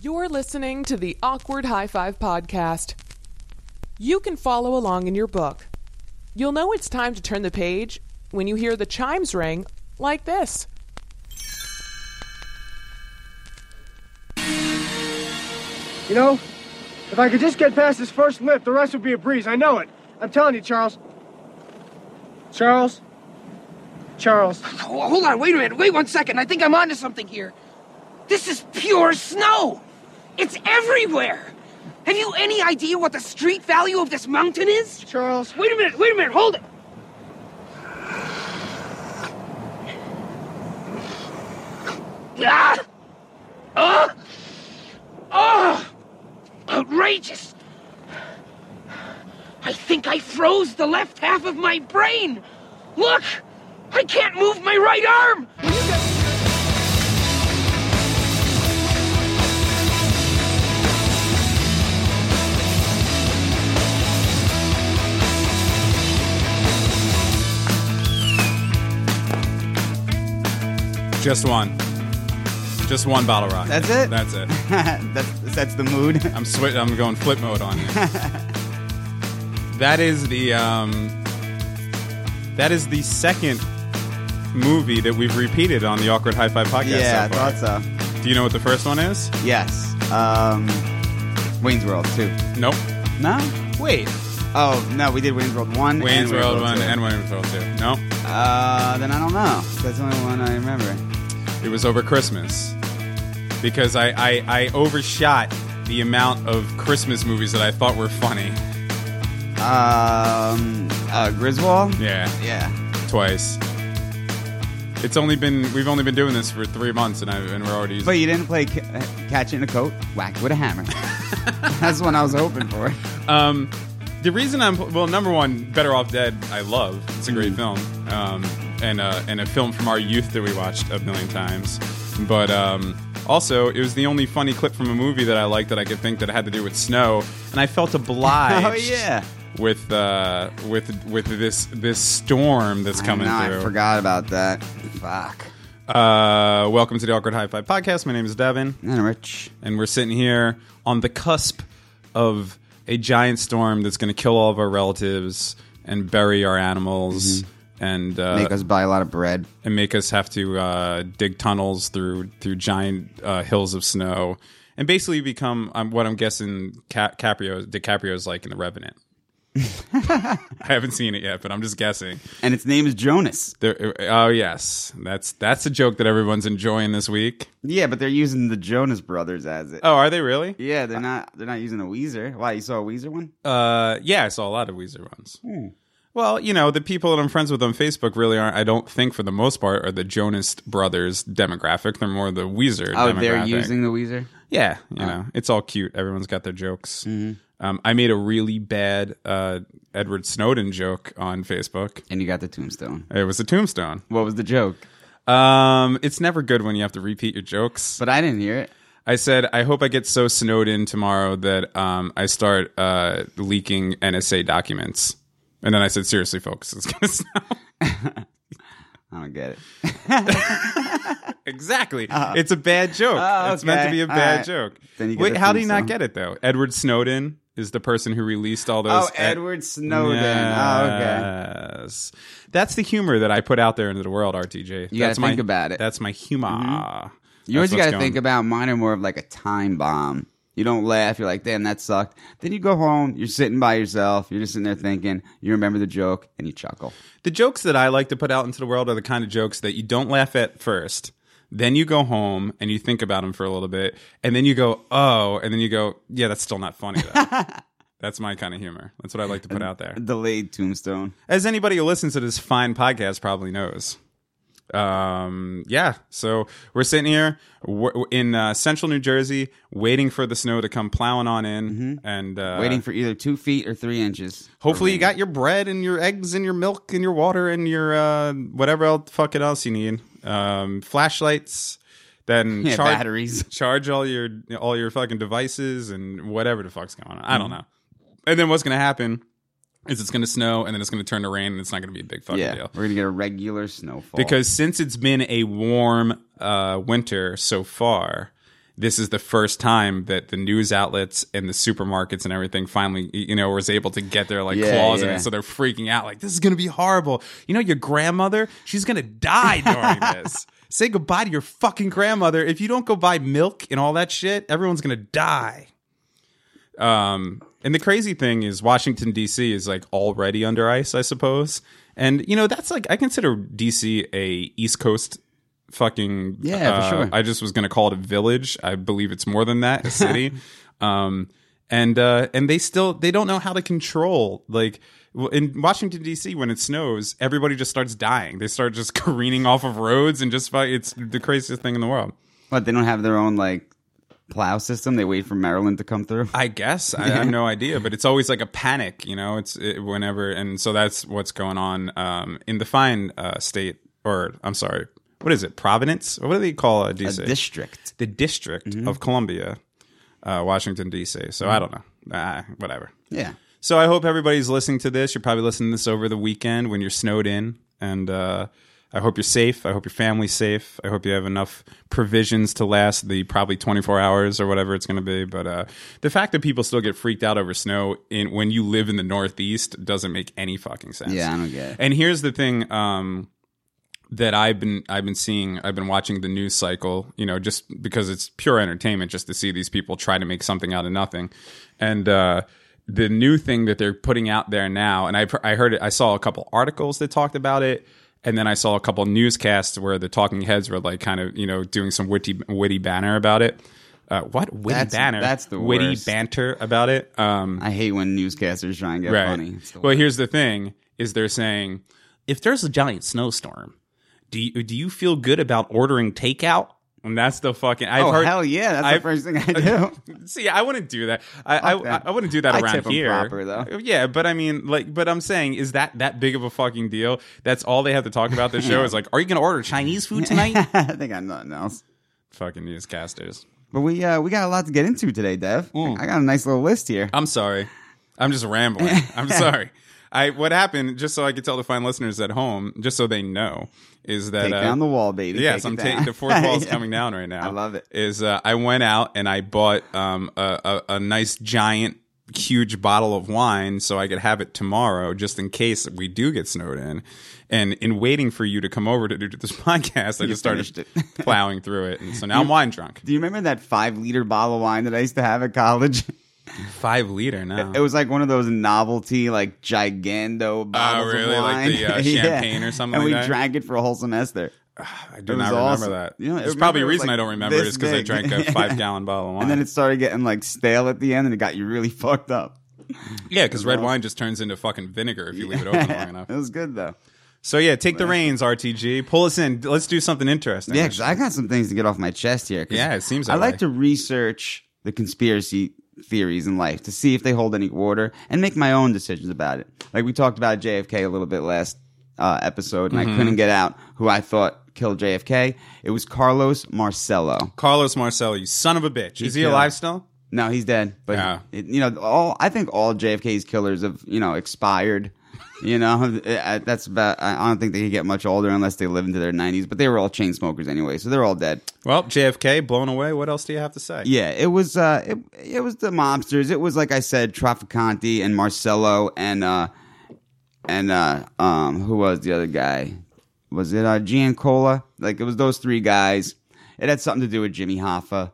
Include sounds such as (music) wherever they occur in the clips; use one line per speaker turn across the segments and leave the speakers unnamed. You're listening to the Awkward High Five Podcast. You can follow along in your book. You'll know it's time to turn the page when you hear the chimes ring like this.
You know, if I could just get past this first lift, the rest would be a breeze. I know it. I'm telling you, Charles. Charles. Charles.
Ho- Oh, Hold on, wait a minute, wait one second. I think I'm onto something here. This is pure snow. It's everywhere. Have you any idea what the street value of this mountain is?
Charles.
Wait a minute, wait a minute, hold it. Ah! Ah! Ah! Outrageous! I think I froze the left half of my brain! Look! I can't move my right arm!
Just one. Just one bottle rocket.
That's it?
That's it.
that sets
(laughs)
the mood.
I'm swi- I'm going flip mode on
(laughs)
you. that is the um, that is the second movie that we've repeated on the awkward high five podcast.
yeah,
so
I
far.
thought so.
Do you know what the first one is?
Yes. Um, Wayne's World too.
Nope.
No.
Wait.
Oh no, we did Wayne's World one.
Wayne's
and Wayne's
World one
two.
and Wayne's World two. No,
uh, then I don't know. That's the only one I remember.
it was over Christmas because I I, I overshot the amount of Christmas movies that I thought were funny.
Um, uh, Griswold.
Yeah.
Yeah.
twice. It's only been we've only been doing this for three months, and I and we're already.
But you didn't play ca- uh, catch in a coat, whack with
(laughs)
a hammer. That's what I was hoping for.
um, the reason I'm well, number one, Better Off Dead, I love. It's a
Mm.
great film, um, and uh, and a film from our youth that we watched a million times. But um, also, it was the only funny clip from a movie that I liked that I could think that had to do with snow, and I felt obliged.
(laughs) Oh, yeah.
With uh, with with this this storm that's coming
I know,
through.
I forgot about that. Fuck.
Uh, welcome to the Awkward High Five podcast. My name is Devin.
And Rich.
and we're sitting here on the cusp of a giant storm that's going to kill all of our relatives and bury our animals and uh,
Mm-hmm. Make us buy a lot of bread.
and make us have to uh, dig tunnels through through giant uh, hills of snow and basically become um, what I'm guessing Cap- Caprio DiCaprio's like in The
(laughs)
Revenant. I haven't seen it yet, but I'm just guessing.
And its name is Jonas.
There, oh yes, that's that's a joke that everyone's enjoying this week.
Yeah, but they're using the Jonas Brothers as it.
Oh, are they really?
Yeah, they're not. They're not using a Weezer. Why? You saw a Weezer one?
Uh, yeah, I saw a lot of Weezer ones.
Hmm.
Well, you know, the people that I'm friends with on Facebook really aren't. I don't think, for the most part, are the Jonas Brothers demographic. They're more the Weezer.
oh,
demographic.
they're using Oh. the Weezer.
Yeah, you know, it's all cute. Everyone's got their jokes.
Mm-hmm.
Um, I made a really bad uh, Edward Snowden joke on Facebook.
And you got the tombstone.
It was a tombstone.
What was the joke?
Um, it's never good when you have to repeat your jokes.
But I didn't hear it.
I said, I hope I get so snowed in tomorrow that um, I start uh, leaking NSA documents. And then I said, seriously, folks, it's going to (laughs) snow.
I don't get it.
exactly. It's a bad joke.
Uh-huh. Oh,
It's meant to
okay.
be a
All
bad
right.
joke.
Then you get
Wait,
the
how do you
theme
not
song.
get it, though? Edward Snowden is the person who released all those. e-,
Oh, Edward Snowden. Oh, okay.
Yes. That's the humor that I put out there into the world, RTJ.
You gotta
That's my-
think about it.
That's my humor.
Yours,
That's
you
what's
got to think
going-
about. Mine are more of like a time bomb. You don't laugh. You're like, damn, that sucked. Then you go home. You're sitting by yourself. You're just sitting there thinking. You remember the joke and you chuckle.
The jokes that I like to put out into the world are the kind of jokes that you don't laugh at first. Then you go home and you think about them for a little bit, and then you go, "Oh," and then you go, "Yeah, that's still not funny though." that's my kind of humor. That's what I like to put out there.
Delayed tombstone.
As anybody who listens to this fine podcast probably knows. Um, yeah. So we're sitting here we're in uh, central New Jersey, waiting for the snow to come plowing on in, and uh,
Waiting for either two feet or three inches.
Hopefully, you got your bread and your eggs and your milk and your water and your uh, whatever else fucking else you need. Um, flashlights, then
(laughs) Yeah,
char-
batteries.
Charge all your all your fucking devices and whatever the fuck's going on. I
Mm-hmm.
don't know. And then what's gonna happen is it's gonna snow and then it's gonna turn to rain and it's not gonna be a big fucking
Yeah,
deal.
we're gonna get a regular snowfall
Because since it's been a warm, uh, winter so far, this is the first time that the news outlets and the supermarkets and everything finally, y- you know, was able to get their like
Yeah,
claws in
yeah.
it. So they're freaking out, like this is gonna be horrible. You know, your grandmother, she's gonna
(laughs)
die during this. Say goodbye to your fucking grandmother. If you don't go buy milk and all that shit, everyone's gonna die. Um, and the crazy thing is Washington D.C. is like already under ice, I suppose. And you know that's like I consider D.C. a East Coast fucking
Yeah, for
uh,
sure.
I just was gonna call it a village. I believe it's more than
(laughs)
that, a city. um, and uh, and they still they don't know how to control like. w- In Washington D.C., when it snows, everybody just starts dying. They start just (laughs) careening off of roads and just fuck- it's the craziest thing in the world.
But they don't have their own like plow system. They wait for Maryland to come through.
I guess I, I have no idea, but it's always like a panic, you know. It's it, whenever, and so that's what's going on um, in the fine uh, state, or I'm sorry, what is it? Providence? What do they call (laughs) a
A
DC?
district.
the District
Mm-hmm.
of Columbia, uh, Washington DC. So I don't know, uh, whatever.
Yeah.
So I hope everybody's listening to this. You're probably listening to this over the weekend when you're snowed in, and uh, I hope you're safe. I hope your family's safe. I hope you have enough provisions to last the probably 24 hours or whatever it's going to be. But uh, the fact that people still get freaked out over snow in when you live in the Northeast doesn't make any fucking sense.
Yeah, I don't get it.
And here's the thing um, that I've been I've been seeing I've been watching the news cycle, you know, just because it's pure entertainment, just to see these people try to make something out of nothing, and uh, the new thing that they're putting out there now, and I I heard it, I saw a couple articles that talked about it. And then I saw a couple newscasts where the talking heads were like kind of you know doing some witty witty banner about it. Uh, what witty
That's-
banner?
that's the
witty
worst.
banter about it. Um,
I hate when newscasters try and get funny. It's the
well, here's the thing: is they're saying if there's a giant snowstorm, do you, do you feel good about ordering takeout? And that's the fucking. I've
Oh
heard,
hell yeah! That's the
I've-
first
(laughs)
thing I do. (laughs)
See, I wouldn't do that. I I,
that.
I wouldn't do that
I
around
tip 'em
here.
proper, though.
Yeah, but I mean, like, but I'm saying, is that that big of a fucking deal? That's all they have to talk about
(laughs)
this show is like, are you going to order Chinese food tonight?
I think I'm nothing else.
fucking newscasters.
But we uh, we got a lot to get into today, Dev.
Hmm.
I got a nice little list here.
I'm sorry. I'm just rambling.
(laughs)
I'm sorry. I what happened? Just so I could tell the fine listeners at home, just so they know, is that
Take
uh,
down the wall, baby.
Yes,
Take
I'm
it
taking
down.
the fourth wall is
(laughs) Yeah.
coming down right now.
I love it.
Is uh, I went out and I bought um, a, a, a nice giant huge bottle of wine so I could have it tomorrow just in case we do get snowed in. And in waiting for you to come over to do this (laughs) podcast, I just started
finished
(laughs)
it.
plowing through it. And so now I'm wine
(laughs)
drunk.
Do you remember that five liter bottle of wine that I used to have at college?
Five liter now.
(laughs) It was like one of those novelty, like gigando bottles
Oh, really?
of
Like
wine,
the, uh,
(laughs) Yeah.
champagne or something
And
like
we
that?
drank it for a whole semester.
I do
it
not
was
remember
awesome.
that.
You know, I
There's
remember
probably
it
a
was,
reason
like,
I don't remember it
this
is because I
big.
drank
(laughs)
a
Yeah.
five gallon bottle of wine.
And then it started getting like stale at the end, and it got you really (laughs) fucked up.
yeah, because red wine just turns into fucking vinegar if you leave it
(laughs)
open long enough.
It was good though.
So yeah, take the reins, RTG. Pull us in. Let's do something interesting.
Yeah, 'cause I got some things to get off my chest here. 'cause
Yeah, it seems
I
that
like
way.
to research the conspiracy theories in life to see if they hold any water and make my own decisions about it. Like we talked about JFK a little bit last uh, episode, and I couldn't get out who I thought killed JFK. It was Carlos Marcello.
Carlos Marcello, you son of a bitch. Is he
killed-
alive still?
No, he's dead. But
Yeah.
it- you know, all I think all JFK's killers have you know expired. You know, I- I- that's about. I I don't think they could get much older unless they live into their nineties. But they were all chain smokers anyway, so they're all dead.
Well, JFK blown away. What else do you have to say?
Yeah, it was uh it, it was the mobsters. It was like I said, Traficante and Marcello and uh and uh um who was the other guy? Was it uh Giancola? Like it was those three guys. It had something to do with Jimmy Hoffa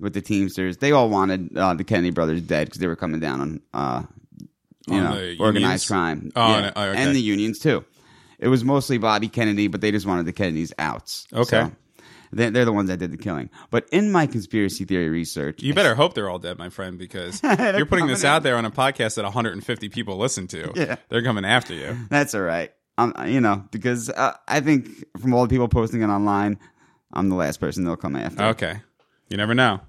with the Teamsters. They all wanted uh, the Kennedy brothers dead because they were coming down on uh you
On
know
the unions?
organized crime.
Oh,
Yeah.
and- oh, okay.
and the unions too. It was mostly Bobby Kennedy, but they just wanted the Kennedys out.
Okay.
So they're, they're the ones that did the killing. But in my conspiracy theory research,
You better hope they're all dead, my friend,
(laughs)
because you're putting this out there on a podcast that 150 people listen to.
Yeah.
They're coming after you.
that's all right. Um, you know, because uh, I think from all the people posting it online, I'm the last person they'll come after.
Okay. You never know.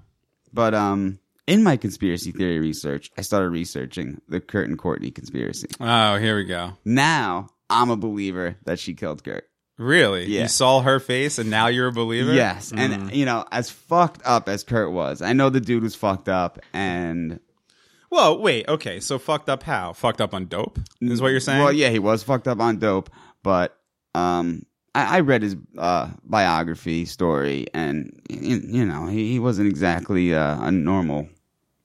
But um, in my conspiracy theory research, I started researching the Kurt and Courtney conspiracy.
Oh, here we go.
Now I'm a believer that she killed Kurt.
Really?
Yeah.
You saw her face and now you're a believer?
Yes,
Mm.
and you know, as fucked up as Kurt was, I know the dude was fucked up, and
Well, wait. Okay. So fucked up how? Fucked up on dope? Is what you're saying?
Well, yeah, he was fucked up on dope, but um, I, I read his uh, biography story, and you, you know he, he wasn't exactly uh, a normal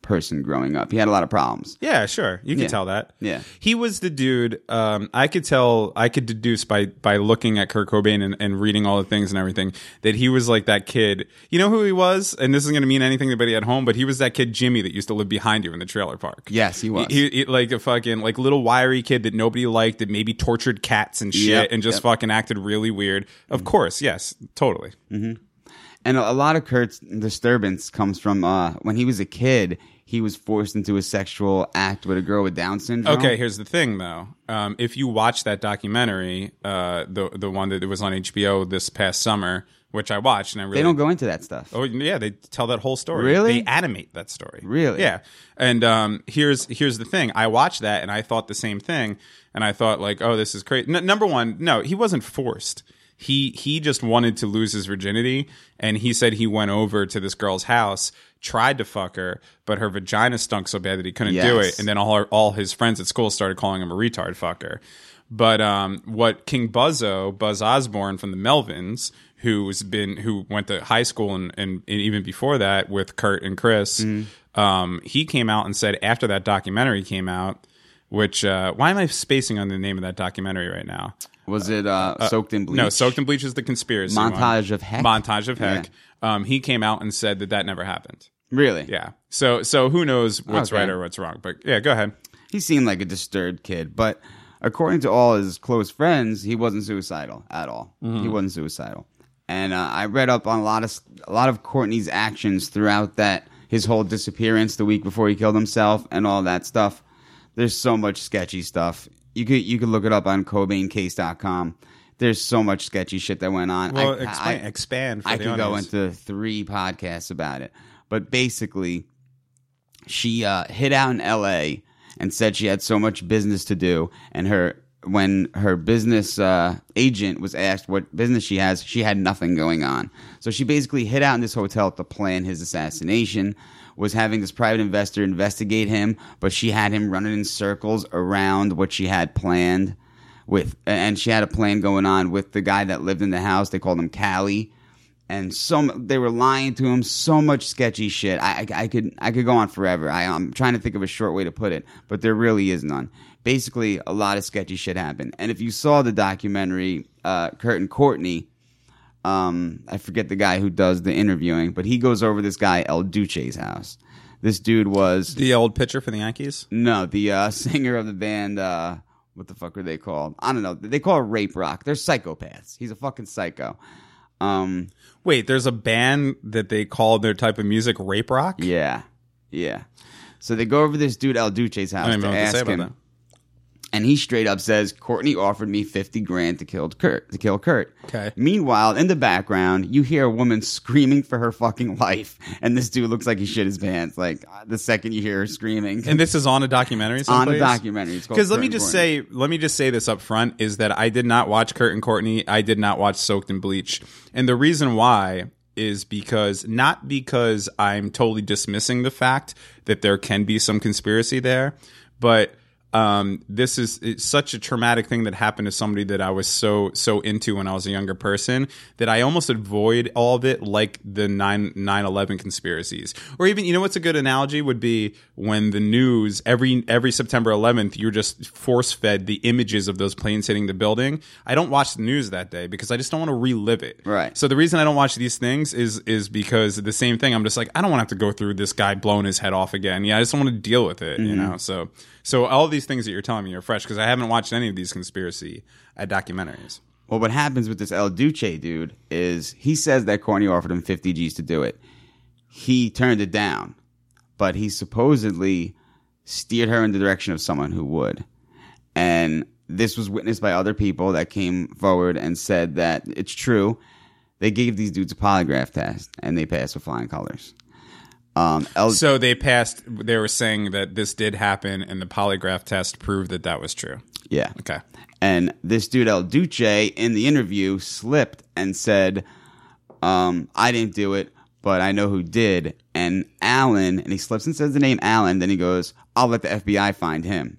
person growing up. He had a lot of problems.
Yeah, sure. You can
Yeah.
tell that.
Yeah.
He was the dude um, I could tell I could deduce by by looking at Kurt Cobain and, and reading all the things and everything that he was like that kid. You know who he was? And this isn't gonna mean anything to anybody at home, but he was that kid Jimmy that used to live behind you in the trailer park.
Yes, he was.
He, he- like a fucking like little wiry kid that nobody liked that maybe tortured cats and shit
Yep,
and just
yep. Mm.
fucking acted really weird. Of course, yes, totally.
And a, a lot of Kurt's disturbance comes from uh, when he was a kid. He was forced into a sexual act with a girl with Down syndrome.
Okay, here's the thing though. Um, if you watch that documentary, uh, the the one that was on HBO this past summer, which I watched, and I really
they don't go into that stuff.
Oh yeah, they tell that whole story.
Really?
They animate that story.
Really?
Yeah. And um, here's here's the thing. I watched that and I thought the same thing. And I thought like, oh, this is crazy. N- number one, no, he wasn't forced. He he just wanted to lose his virginity, and he said he went over to this girl's house, tried to fuck her, but her vagina stunk so bad that he couldn't do
Yes.
it. And then all her, all his friends at school started calling him a retard fucker. But um, what King Buzzo, Buzz Osborne from the Melvins, who's been who went to high school and, and, and even before that with Kurt and Chris,
Mm-hmm.
um, he came out and said after that documentary came out, which uh, why am I spacing on the name of that documentary right now?
Was it uh, soaked in bleach?
No, soaked in bleach is the conspiracy one.
Montage of Heck?
Montage of heck. Um, he came out and said that that never happened.
Really?
Yeah. So so who knows what's
Okay.
right or what's wrong? But yeah, go ahead.
He seemed like a disturbed kid, but according to all his close friends, he wasn't suicidal at all.
Mm-hmm.
He wasn't suicidal. And uh, I read up on a lot of a lot of Courtney's actions throughout that his whole disappearance the week before he killed himself and all that stuff. There's so much sketchy stuff. You could you could look it up on CobainCase.com. There's so much sketchy shit that went on.
Well,
I-
explain,
I-
expand. For
I
the
could go
audience.
into three podcasts about it. But basically, she uh, hid out in L.A. and said she had so much business to do, and her when her business uh, agent was asked what business she has, she had nothing going on. So she basically hid out in this hotel to plan his assassination. Was having this private investor investigate him, but she had him running in circles around what she had planned with, and she had a plan going on with the guy that lived in the house. They called him Callie and so m- they were lying to him. So much sketchy shit. I, I, I could I could go on forever. I, I'm trying to think of a short way to put it, but there really is none. Basically, a lot of sketchy shit happened. And if you saw the documentary, uh, Kurt and Courtney, um, I forget the guy who does the interviewing, but he goes over this guy El Duce's house. This dude was
the old pitcher for the Yankees.
no the uh, (laughs) singer of the band. Uh, what the fuck are they called? I don't know. They call it rape rock. They're psychopaths. He's a fucking psycho. Um,
Wait, there's a band that they call their type of music rape rock.
Yeah, yeah. So they go over to this dude El Duce's house
I don't even
to
know what to say
ask
about
him,
that.
and he straight up says, "Courtney offered me fifty grand to kill Kurt." To kill Kurt.
Okay.
Meanwhile, in the background, you hear a woman screaming for her fucking life, and this dude looks like he shit his pants. Like uh, the second you hear her screaming,
And this is on a documentary.
on a
someplace?
documentary. It's called
Because let me
Kurt and
just
Courtney.
say, let me just say this up front is that I did not watch Kurt and Courtney. I did not watch Soaked in Bleach, and the reason why is because not because I'm totally dismissing the fact that there can be some conspiracy there, but um, this is it's such a traumatic thing that happened to somebody that I was so so into when I was a younger person that I almost avoid all of it, like the 9 11 conspiracies, or even you know what's a good analogy would be when the news every every September 11th you're just force fed the images of those planes hitting the building. I don't watch the news that day because I just don't want to relive it.
Right.
So the reason I don't watch these things is is because the same thing. I'm just like I don't want to have to go through this guy blowing his head off again. Yeah, I just don't want to deal with it. You know. So so all these things that you're telling me are fresh because I haven't watched any of these conspiracy uh, documentaries.
Well, what happens with this El Duce dude is he says that Courtney offered him 50 G's to do it. He turned it down, but he supposedly steered her in the direction of someone who would. And this was witnessed by other people that came forward and said that it's true. They gave these dudes a polygraph test and they passed with flying colors. Um, El,
So they passed. They were saying that this did happen, and the polygraph test proved that that was true.
yeah.
Okay.
And this dude El Duce in the interview slipped and said, um, "I didn't do it, but I know who did." And Allen, and he slips and says the name Allen. Then he goes, "I'll let the FBI find him."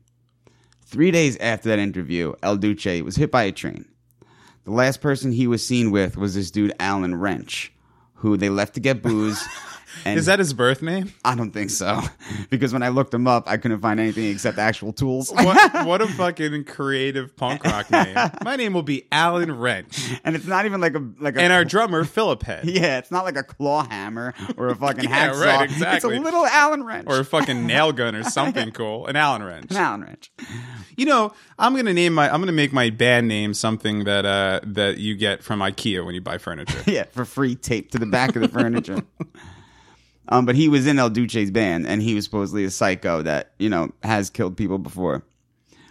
Three days after that interview, El Duce was hit by a train. The last person he was seen with was this dude Alan Wrench, who they left to get booze.
(laughs)
And
Is that his birth name?
I don't think so, (laughs) because when I looked him up, I couldn't find anything except actual tools.
What, what a fucking creative punk rock name. My name will be Alan Wrench.
and it's not even like a like a
And our drummer, Philip Head.
yeah, it's not like a claw hammer
(laughs)
or a fucking
Yeah,
hacksaw.
right,
It's
exactly.
a little Allen wrench
Or a fucking nail gun or something cool. An Allen Wrench.
an Allen wrench.
You know, I'm gonna name my I'm gonna make my band name something that uh that you get from IKEA when you buy furniture.
Yeah, for free tape to the back of
(laughs)
the furniture. Um, but he was in El Duce's band, and he was supposedly a psycho that you know has killed people before.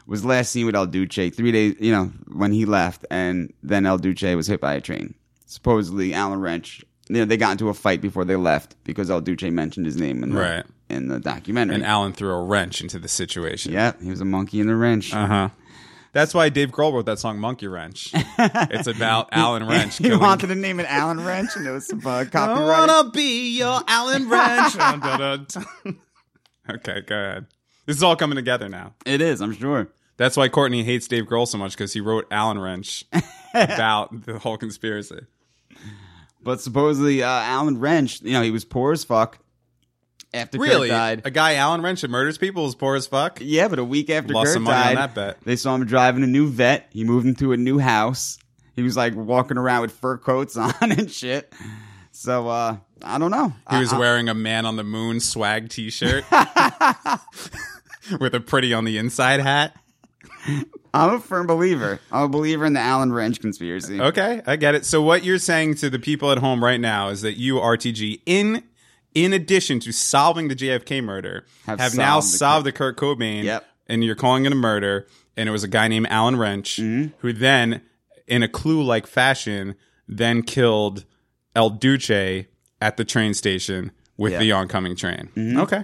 Was last seen with El Duce three days, you know, when he left, and then El Duce was hit by a train. Supposedly, Alan Wrench. You know, they got into a fight before they left because El Duce mentioned his name in the,
Right.
in the documentary.
and (laughs) Alan threw a wrench into the situation.
yeah, he was a monkey in a wrench.
Uh-huh. That's why Dave Grohl wrote that song Monkey Wrench. it's (laughs) about Alan
(laughs)
Wrench.
he
killing-
wanted to name it Alan Wrench, and it was some
(laughs)
uh,
I
copyright.
wanna be your Alan Wrench. Dun, dun, dun. (laughs) okay, go ahead. This is all coming together now.
It is, I'm sure.
That's why Courtney hates Dave Grohl so much because he wrote Alan Wrench (laughs) about the whole conspiracy.
But supposedly, uh, Alan Wrench, you know, he was poor as fuck after
Really,
Kurt died.
a guy Alan Wrench that murders people is poor as fuck.
yeah, but a week after
Lost
Kurt
some money on
died,
that bet.
they saw him driving a new vet. He moved into a new house. He was like walking around with fur coats (laughs) on and shit. So uh, I don't know.
He
I-
was wearing a Man on the Moon swag t
(laughs)
shirt (laughs) with a pretty on the inside hat.
I'm a firm believer. I'm a believer in the Alan Wrench conspiracy.
Okay, I get it. So what you're saying to the people at home right now is that you RTG in in addition to solving the JFK murder have,
Have
now solved
solved
the Kurt Cobain
Yep.
and you're calling it a murder and it was a guy named Alan Wrench
Mm-hmm.
who then in a clue like fashion then killed El Duce at the train station with
Yeah. Mm-hmm.
the oncoming train. Okay.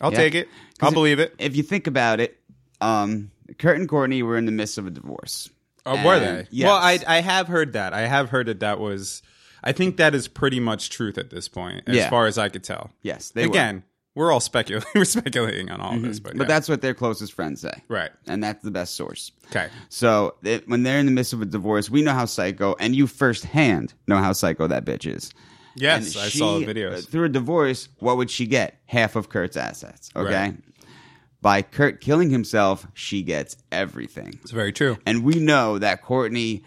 I'll
Yeah.
take it. I'll believe it.
If you think about it, um, Kurt and Courtney were in the midst of a divorce.
Oh, were
And-
they?
Uh, yes.
Well, I I have heard that. I have heard that that was. I think that is pretty much truth at this point, as
Yeah.
far as I could tell.
Yes, they were. Mm-hmm.
Again, we're all speculating. (laughs) we're speculating on all of this, but,
But
yeah.
that's what their closest friends say.
right.
And that's the best source.
Okay.
So it, when they're in the midst of a divorce, we know how psycho, and you firsthand know how psycho that bitch is.
Yes,
And
I saw
she- uh,
the videos.
Through a divorce, what would she get? Half of Kurt's assets. Okay.
Right.
By Kurt killing himself, she gets everything.
It's very true.
And we know that Courtney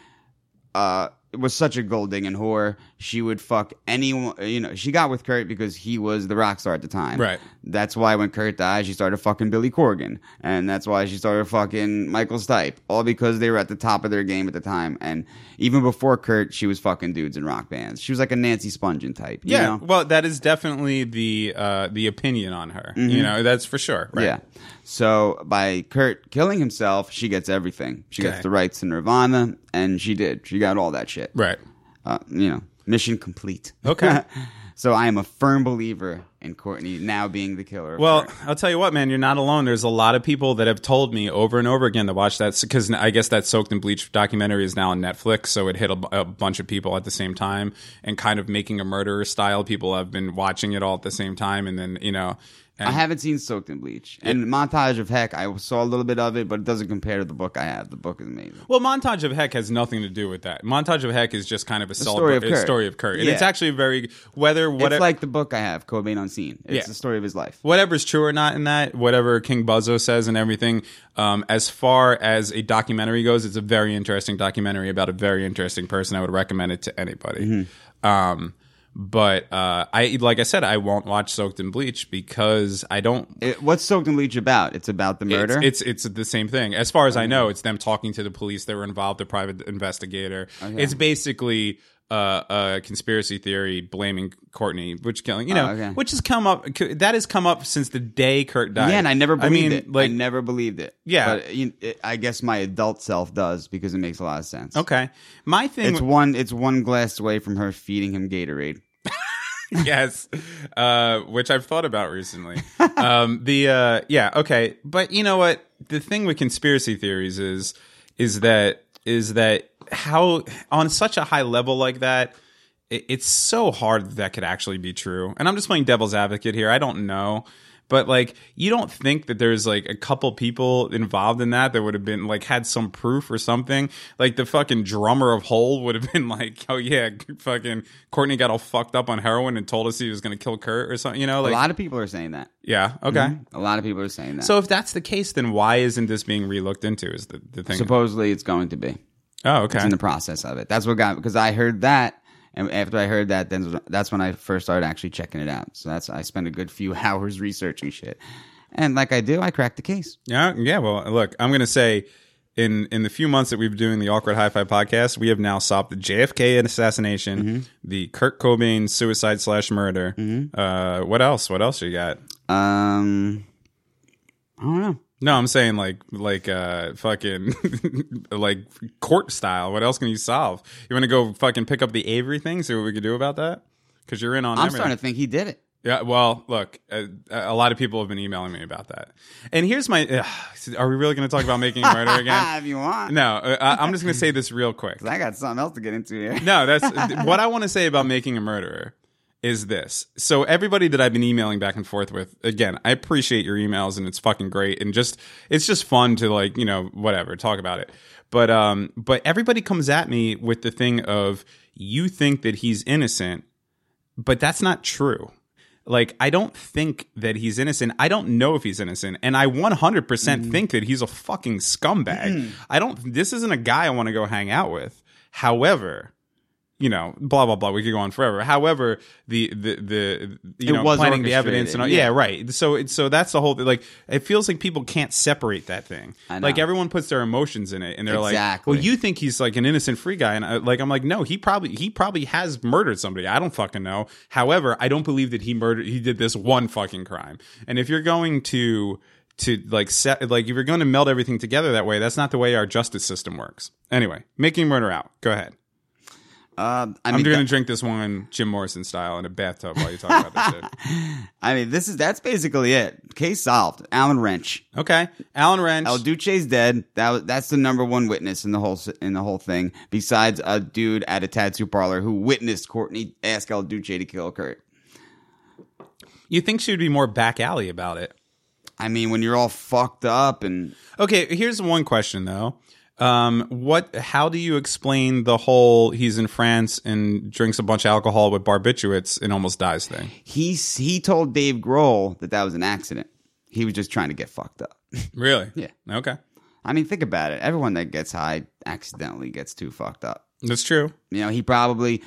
uh, was such a gold digging whore. She would fuck anyone. You know, she got with Kurt because he was the rock star at the time.
Right.
That's why when Kurt died, she started fucking Billy Corgan, and that's why she started fucking Michael Stipe, all because they were at the top of their game at the time. And even before Kurt, she was fucking dudes in rock bands. She was like a Nancy Spungen type. you
Yeah.
know?
Well, that is definitely the uh, the opinion on her. You know, that's for sure. Right.
Mm-hmm. Yeah. So by Kurt killing himself, she gets everything. She
Okay.
gets the rights to Nirvana, and she did. She got all that shit.
Right.
uh, you know, mission complete.
Okay.
(laughs) so I am a firm believer in Courtney now being the killer. of
Well,
Kurt.
I'll tell you what, man, you're not alone. There's a lot of people that have told me over and over again to watch that because I guess that Soaked in Bleach documentary is now on Netflix, so it hit a, bu- a bunch of people at the same time and kind of making a murderer style. People have been watching it all at the same time, and then you know, and
I haven't seen Soaked in Bleach and Montage of Heck. I saw a little bit of it, but it doesn't compare to the book I have. The book is amazing.
Well, Montage of Heck has nothing to do with that. Montage of Heck is just kind of a,
story
celebra-
of
a
Kurt.
story of Kurt, and
Yeah.
it's actually very whether
It's
whatever.
like the book I have, Cobain Unseen. It's
Yeah.
the story of his life.
whatever's true or not in that, whatever King Buzzo says and everything, um, as far as a documentary goes, it's a very interesting documentary about a very interesting person. I would recommend it to anybody. Um, but uh, I, like I said, I won't watch Soaked in Bleach because I don't.
It, what's Soaked in Bleach about? It's about the murder.
It's, it's it's the same thing. As far as I know, it's them talking to the police that were involved, the private investigator. It's basically uh, a conspiracy theory blaming Courtney, which killing you know,
Oh, okay.
which has come up that has come up since the day Kurt died.
yeah, and I never believed
mean,
it.
Like
I never believed it.
Yeah.
but you, it, I guess my adult self does because it makes a lot of sense.
Okay. My thing
it's one. It's one glass away from her feeding him Gatorade.
(laughs) yes, uh, which I've thought about recently. um, the uh, yeah, okay, but you know what? The thing with conspiracy theories is is that is that how on such a high level like that, it, it's so hard that, that could actually be true. And I'm just playing devil's advocate here. I don't know, But like, you don't think that there's like a couple people involved in that that would have been like had some proof or something. Like the fucking drummer of Hole would have been (laughs) like, oh yeah, fucking Courtney got all fucked up on heroin and told us he was gonna kill Kurt or something. You know,
A
like
lot Mm-hmm. of people are saying that.
yeah, okay.
A lot of people are saying that.
So if that's the case, then why isn't this being relooked into? Is the, the thing?
supposedly it's going to be.
oh, okay.
It's in the process of it. That's what got because I heard that, and after I heard that, then that's when I first started actually checking it out. So that's I spent a good few (laughs) hours researching shit, and like I do, I cracked the case.
Yeah, yeah. Well, look, I'm gonna say in in the few months that we've been doing the awkward hi-fi podcast, we have now stopped the JFK assassination,
Mm-hmm.
the Kurt Cobain suicide slash murder. Uh, what else? What else you got?
Um, I don't know.
No, I'm saying like like uh fucking (laughs) like court style. What else can you solve? You want to go fucking pick up the Avery thing? See what we could do about that? Because you're in on.
I'm
everything.
starting to think he did it.
Yeah, well, look, a, a lot of people have been emailing me about that. And here's my ugh, are we really going to talk about making a murder
Ah,
again?
(laughs) if you want,
No, uh, I- I'm just going to say this real quick.
(laughs) 'Cause I got something else to get into here.
No, that's what I want to say about making a murderer is this. So everybody that I've been emailing back and forth with, again, I appreciate your emails and it's fucking great and just it's just fun to like, you know, whatever, talk about it. But um but everybody comes at me with the thing of you think that he's innocent but that's not true. Like, I don't think that he's innocent. I don't know if he's innocent. And I 100%
Mm.
think that he's a fucking scumbag. I don't, this isn't a guy I want to go hang out with. However, you know, blah, blah, blah. We could go on forever. However, the, the, the, you
It
know,
was
planning the evidence
orchestrated,
and all,
yeah.
yeah, right. So, it, so that's the whole thing. Like, it feels like people can't separate that thing.
I know.
Like, everyone puts their emotions in it and they're
Exactly.
like, well, you think he's like an innocent free guy, and I, like I'm like, no, he probably he probably has murdered somebody. I don't fucking know. However, I don't believe that he murdered. He did this one fucking crime. And if you're going to to like set like if you're going to meld everything together that way, that's not the way our justice system works. Anyway, making murder out. Go ahead.
Uh, I
I'm
mean,
going to drink this one Jim Morrison style in a bathtub while you talk about this
(laughs)
shit.
I mean, this is that's basically it. Case solved. Alan Wrench.
Okay, Alan Wrench.
El Duce's dead. That was, that's the number one witness in the whole s- in the whole thing. Besides a dude at a tattoo parlor who witnessed Courtney ask El Duce to kill Kurt.
you think she would be more back alley about it?
I mean, when you're all fucked up and
Okay, here's one question though. Um, what? How do you explain the whole he's in France and drinks a bunch of alcohol with barbiturates and almost dies thing?
he s- he told Dave Grohl that that was an accident. He was just trying to get fucked up. (laughs)
Really?
Yeah.
Okay,
I mean, think about it. Everyone that gets high accidentally gets too fucked up.
that's true.
You know, he probably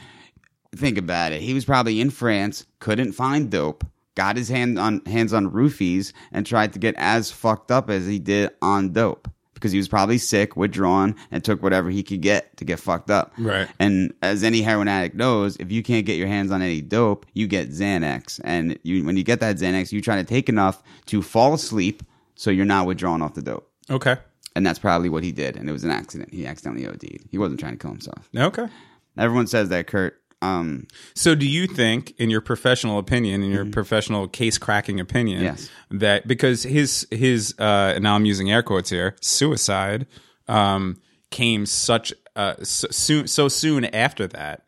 think about it. He was probably in France, couldn't find dope, got his hand on hands on roofies, and tried to get as fucked up as he did on dope because he was probably sick, withdrawn, and took whatever he could get to get fucked up.
Right.
And as any heroin addict knows, if you can't get your hands on any dope, you get Xanax, and you when you get that Xanax, you try to take enough to fall asleep so you're not withdrawn off the dope.
Okay.
And that's probably what he did, and it was an accident. He accidentally OD'd. He wasn't trying to kill himself.
Okay.
Everyone says that, Kurt. Um,
So, do you think, in your professional opinion, in your professional case cracking opinion,
Mm-hmm. Yes.
that because his his uh, now I'm using air quotes here suicide um, came such uh, so soon so soon after that,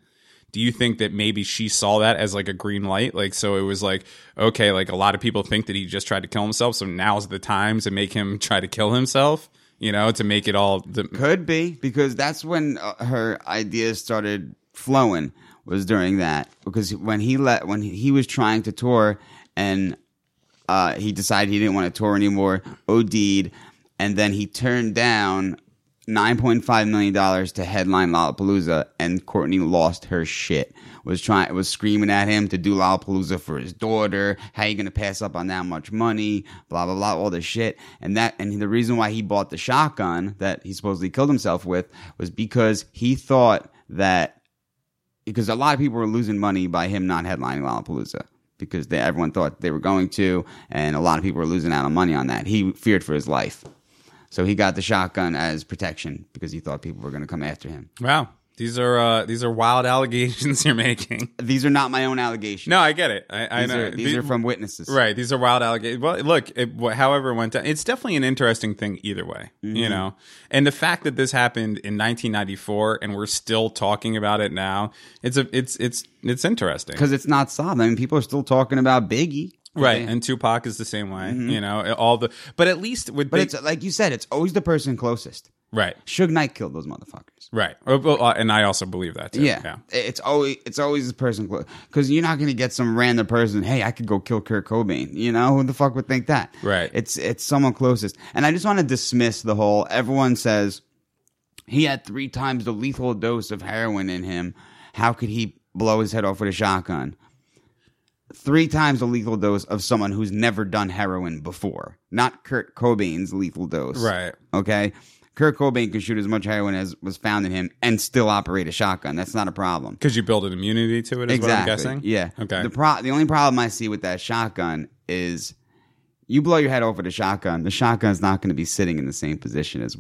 do you think that maybe she saw that as like a green light like so it was like okay like a lot of people think that he just tried to kill himself so now's the time to make him (laughs) try to kill himself you know to make it all the,
could be because that's when uh, her ideas started flowing. Was during that because when he let when he was trying to tour and uh, he decided he didn't want to tour anymore, OD'd, and then he turned down nine point five million dollars to headline Lollapalooza, and Courtney lost her shit. Was trying was screaming at him to do Lollapalooza for his daughter. How you gonna pass up on that much money? Blah blah blah, all this shit. And that and the reason why he bought the shotgun that he supposedly killed himself with was because he thought that because a lot of people were losing money by him not headlining Lollapalooza because they, everyone thought they were going to, and a lot of people were losing out on money on that. He feared for his life. So he got the shotgun as protection because he thought people were going to come after him.
wow these are uh these are wild (laughs) allegations you're making
These are not my own allegations.
no i get it i, I
these,
know
are, these
The-
are from witnesses.
Right. These are wild allegations. Well, look, it, wh- however it went down, it's definitely an interesting thing either way, you
Mm-hmm.
know? And the fact that this happened in 1994 and we're still talking about it now, it's a, it's, it's, it's interesting.
Because it's not solved. I mean, people are still talking about Biggie.
Right, and Tupac is the same way, you know. All the, but at least with
Mm-hmm. But
Big-
it's like you said, it's always the person closest.
right,
Suge Knight killed those motherfuckers.
right, Uh, well, uh, and I also believe that too.
Yeah. it's always it's always the person close because you're not going to get some random person. Hey, I could go kill Kurt Cobain. You know who the fuck would think that?
Right.
It's it's someone closest, and I just want to dismiss the whole. Everyone says he had three times the lethal dose of heroin in him. How could he blow his head off with a shotgun? Three times the lethal dose of someone who's never done heroin before, not Kurt Cobain's lethal dose.
Right.
Okay. Kurt Cobain could shoot as much heroin as was found in him and still operate a shotgun. That's not a problem.
because you build an immunity to it. Is
exactly.
what I'm guessing.
Yeah.
Okay.
The pro- the only problem I see with that shotgun is you blow your head over the shotgun. The shotgun's not going to be sitting in the same position as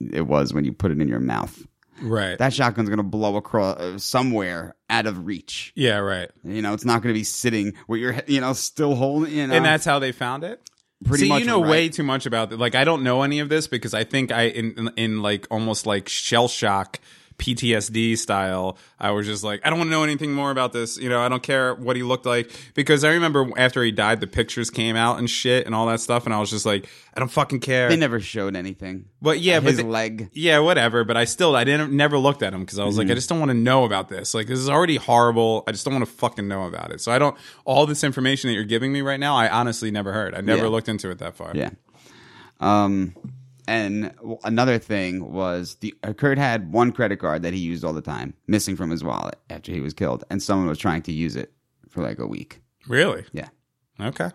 it was when you put it in your mouth.
right.
That shotgun's going to blow across uh, somewhere out of reach.
yeah. Right.
You know, it's not going to be sitting where you're, you know, still holding. You know,
and that's how they found it.
Pretty
See,
much
you know
right.
way too much about it. Like I don't know any of this because I think I in in, in like almost like shell shock PTSD style. I was just like, I don't want to know anything more about this. You know, I don't care what he looked like because I remember after he died, the pictures came out and shit and all that stuff, and I was just like, I don't fucking care.
they never showed anything.
But yeah,
his
but the-
leg. Mm-hmm.
Yeah, whatever. But I still, I didn't never looked at him because I was like, I just don't want to know about this. Like, this is already horrible. I just don't want to fucking know about it. So I don't. All this information that you're giving me right now, I honestly never heard. I never
Yeah.
looked into it that far.
Yeah. Um, and w- another thing was the uh, Kurt had one credit card that he used all the time, missing from his wallet after he was killed, and someone was trying to use it for like a week.
Really?
Yeah,
Okay.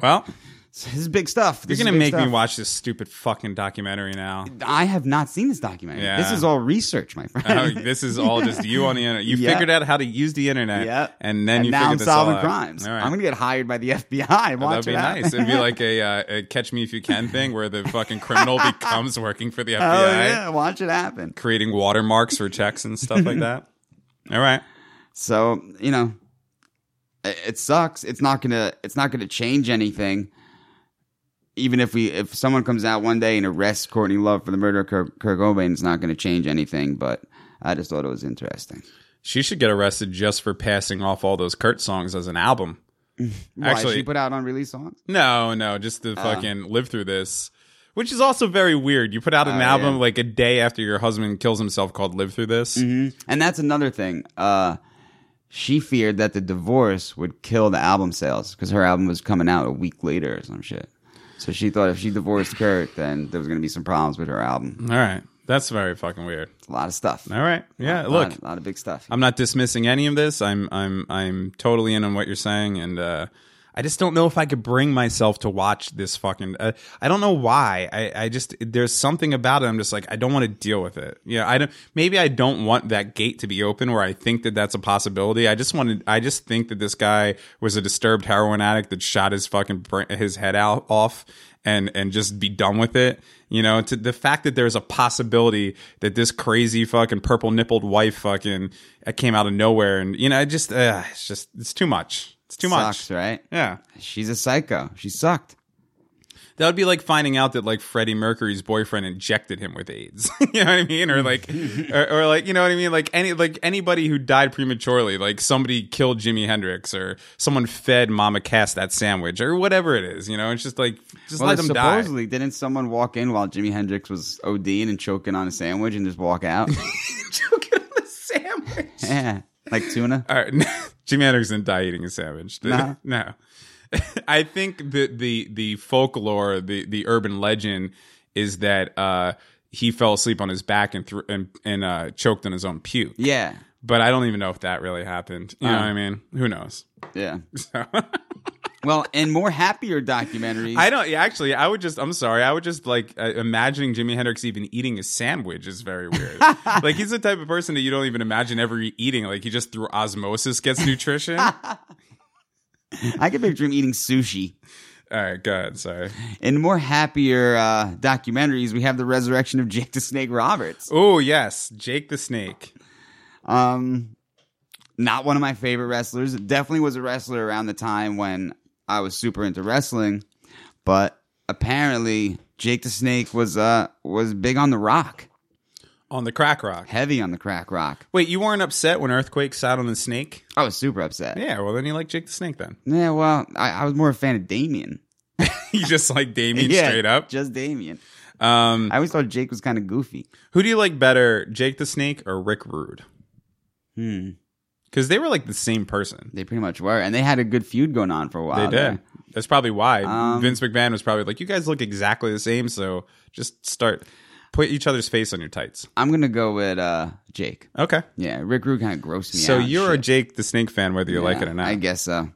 Well,
so this is big stuff.
you're
This is
gonna
big
make me
stuff.
watch this stupid fucking documentary
(laughs)
now.
I have not seen this documentary.
Yeah.
This is all research, my
Oh,
friend.
this is all just you on the internet. You
Yeah.
figured out how to use the internet,
(laughs) yeah,
and then you
now
figured
I'm
this
solving
all out.
crimes.
All right.
I'm gonna get hired by the (laughs) FBI.
That'd
Watch
be
it out.
nice.
(laughs)
It'd be like a, uh, a catch me if you can thing where the fucking
(laughs)
criminal becomes working for the FBI.
Oh yeah, watch it happen.
creating watermarks for checks and stuff
(laughs)
like that. All right.
So you know, it, it sucks. It's not gonna. It's not gonna change anything. Even if we, if someone comes out one day and arrests Courtney Love for the murder of Kurt, Kurt Cobain, it's not gonna change anything. But I just thought it was interesting.
She should get arrested just for passing off all those Kurt songs as an album.
Why
Actually,
she put out unreleased songs?
no, no, just
Oh.
to fucking live through this, which is also very weird. You put out an album
Oh, yeah.
like a day after your husband kills himself called Live Through This.
And that's another thing. Uh, she feared that the divorce would kill the album sales because her album was coming out a week later or some shit. So she thought if she divorced Kurt, then there was gonna be some problems with her album.
All right. That's very fucking weird.
It's a lot of stuff.
All right. Yeah,
A
look.
lot, a lot of big stuff.
I'm not dismissing any of this. I'm I'm I'm totally in on what you're saying, and uh, I just don't know if I could bring myself to watch this fucking. Uh, I don't know why. I I just there's something about it. I'm just like I don't want to deal with it. Yeah, I don't. Maybe I don't want that gate to be open where I think that that's a possibility. I just wanted. I just think that this guy was a disturbed heroin addict that shot his fucking bra- his head out off and and just be done with it. You know, to the fact that there's a possibility that this crazy fucking purple nippled wife fucking uh, came out of nowhere, and you know, it just uh, it's just it's too much. It's too
Sucks,
much.
right?
Yeah,
She's a psycho. She sucked.
that would be like finding out that like Freddie Mercury's boyfriend injected him with AIDS. (laughs) you know what I mean? Or like, or, or like, you know what I mean? Like any like anybody who died prematurely, like somebody killed Jimi Hendrix, or someone fed Mama Cass that sandwich, or whatever it is. You know, it's just like just
Well,
let them die.
supposedly, (laughs) didn't someone walk in while Jimi Hendrix was ODing and choking on a sandwich and just
(laughs)
walk out?
Choking on the sandwich.
yeah, like tuna.
All right. (laughs) Jimi Hendrix didn't die eating a sandwich. (laughs)
No.
no. I think the the the folklore, the the urban legend is that uh he fell asleep on his back and threw and, and uh choked on his own puke.
Yeah,
But I don't even know if that really happened. You know what I mean? Who knows? (laughs)
yeah. well, and more happier documentaries.
I don't yeah, actually I would just I'm sorry, I would just like uh, imagining Jimi Hendrix even eating a sandwich is very weird. like he's the type of person that you don't even imagine ever eating. Like he just through osmosis gets nutrition. All
I could picture him eating sushi.
right, go ahead, sorry.
In more happier uh, documentaries, we have the resurrection of Jake the Snake Roberts.
Oh yes, Jake the Snake.
Um, not one of my favorite wrestlers. Definitely was a wrestler around the time when I was super into wrestling, but apparently Jake the Snake was uh was big on The Rock.
on the crack rock.
Heavy on the crack rock.
Wait, you weren't upset when Earthquake sat on the snake?
I was super upset.
Yeah, well then you like Jake the Snake then. (laughs)
Yeah, well, I, I was more a fan of Damien.
you just like Damien
(laughs) yeah,
straight up.
Just Damien.
Um,
I always thought Jake was kind of goofy.
who do you like better, Jake the Snake or Rick Rude?
Hmm.
Because they were like the same person.
They pretty much were. And they had a good feud going on for a
They
while.
did.
there.
That's probably why
Ah, Um,
Vince McMahon was probably like, "You guys look exactly the same, so just start put each other's face on your tights."
I'm going to go with uh, Jake.
Okay.
Yeah, Rick Rude kind of grossed me out.
so
and
you're a
shit.
Jake the Snake fan, whether you like it or not.
I guess so.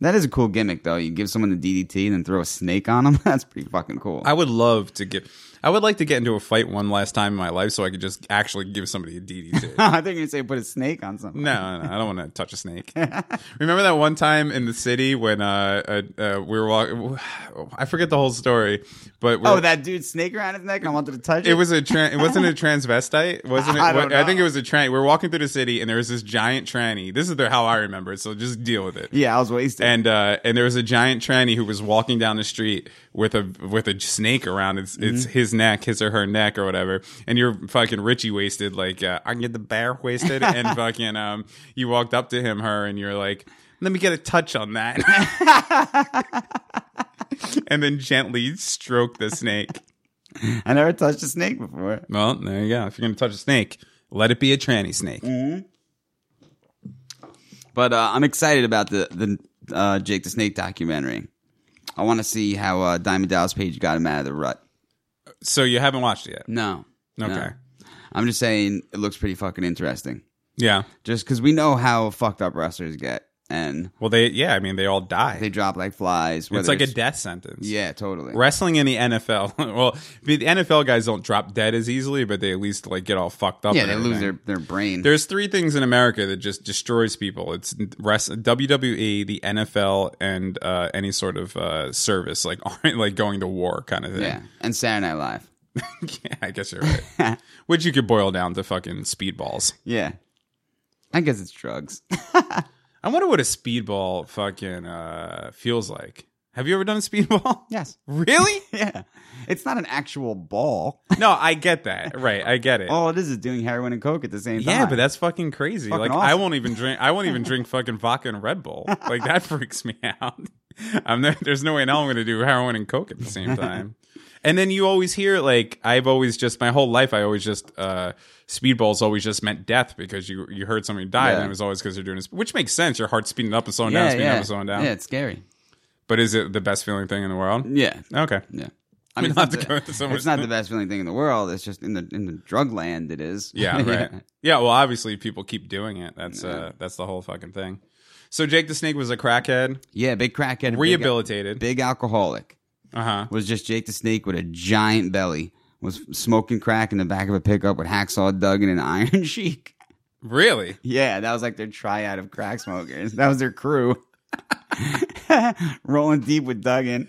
That is a cool gimmick, though. You give someone the DDT and then throw a snake on them. (laughs) That's pretty fucking cool.
I would love to get. I would like to get into a fight one last time in my life, so I could just actually give somebody a
(laughs)
DDT.
(laughs) I think you're gonna say put a snake on something.
No, no, no, I don't want to touch a snake. Remember that one time in the city when uh, uh, uh we were walking? I forget the whole story, but we
Oh,
were-
that dude's snake around his neck, and I wanted to touch it.
It was a tran it wasn't a
(laughs)
transvestite, wasn't it?
I don't
think it
know.
was a tranny. We were walking through the city, and there was this giant tranny. This is the, how I remember it, so just deal with it.
yeah, I was wasted.
And uh, and there was a giant tranny who was walking down the street with a with a snake around its
Mm-hmm.
it's his neck, his or her neck or whatever. And you're fucking Richie wasted, like uh, I can get the bear wasted,
(laughs)
and fucking um, you walked up to him, her, and you're like, let me get a touch on
(laughs)
that, and then gently stroke the snake.
I never touched a snake before.
Well, there you go. If you're gonna touch a snake, let it be a tranny snake.
Mm. But uh, I'm excited about the the uh, Jake the Snake documentary. I want to see how uh, Diamond Dallas Page got him out of the rut.
So you haven't watched it yet.
No, No.
Okay.
I'm just saying it looks pretty fucking interesting.
Yeah.
Just because we know how fucked up wrestlers get, and
Well, they yeah. I mean, they all die.
they drop like flies.
it's
whether
like a death sentence.
Yeah, totally.
Wrestling in the NFL. (laughs) well, the the NFL guys don't drop dead as easily, but they at least like get all fucked up.
Yeah,
and
they lose
everything.
their, their brain.
There's three things in America that just destroys people. It's rest, WWE, the NFL, and uh, any sort of uh, service like (laughs) like going to war kind of thing.
yeah, and Saturday Night Live.
(laughs) yeah, I guess you're
(laughs)
right. Which you could boil down to fucking speedballs.
Yeah, I guess it's drugs. (laughs)
I wonder what a speedball fucking uh, feels like. Have you ever done a speedball?
yes.
(laughs) Really?
Yeah, it's not an actual ball.
No, I get that. Right, I get it.
All it is is doing heroin and coke at the same
(laughs)
time.
yeah, but that's fucking crazy. like
Fucking
I
awesome.
won't even drink. I won't even drink fucking vodka and Red Bull. Like that (laughs) freaks me out. I'm there, there's no way now I'm going to do heroin and coke at the same time. And then you always hear like I've always just my whole life I always just uh speedballs always just meant death because you you heard somebody die
Yeah.
and it was always because they're doing this which makes sense your heart's speeding up and slowing down
yeah,
speeding up
yeah.
and slowing down
yeah, it's scary.
but is it the best feeling thing in the world
Yeah,
Okay. (laughs)
yeah. I
We
mean,
don't
it's not,
have to go into so
the,
much
it's not the
thing.
best feeling thing in the world. It's just in the in the drug land. It is. (laughs)
Yeah, right. yeah, well obviously people keep doing it. That's uh that's the whole fucking thing. So Jake the Snake was a crackhead,
yeah, big crackhead, big,
rehabilitated.
big alcoholic.
Uh-huh.
was just Jake the Snake with a giant belly, was smoking crack in the back of a pickup with Hacksaw Duggan and (laughs) Iron Sheik.
Really?
Yeah, that was like their triad of crack smokers. That was their crew. (laughs) Rolling deep with Duggan.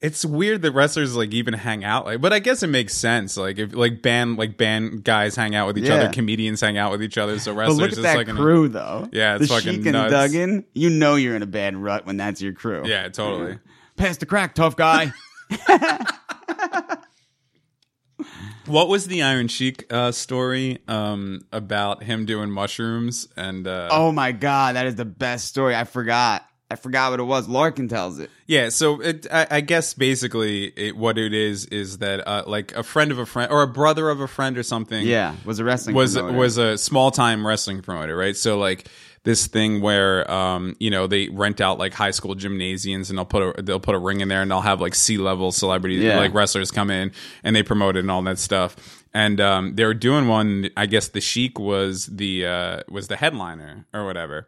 It's weird that wrestlers like even hang out like but I guess it makes sense. Like if like band like band guys hang out with each
Yeah.
other, comedians hang out with each other, so
But
wrestlers
look
is
at that
like an-
crew, though.
Yeah, it's
the
fucking
Sheik and
nuts.
Duggan. You know you're in a bad rut when that's your crew.
Yeah, totally.
pass the crack,
(laughs)
tough guy.
What was the Iron Sheik uh story um about him doing mushrooms and uh
oh my god, that is the best story. I forgot. I forgot what it was. Larkin tells it.
Yeah, so it, I, I guess basically it, what it is is that uh, like a friend of a friend or a brother of a friend or something.
Yeah, was a wrestling
was
promoter.
was a small time wrestling promoter, right? So like this thing where um you know they rent out like high school gymnasiums and they'll put a they'll put a ring in there and they'll have like C level celebrities
Yeah.
like wrestlers come in and they promote it and all that stuff. And um, they were doing one. I guess the Sheik was the uh, was the headliner or whatever.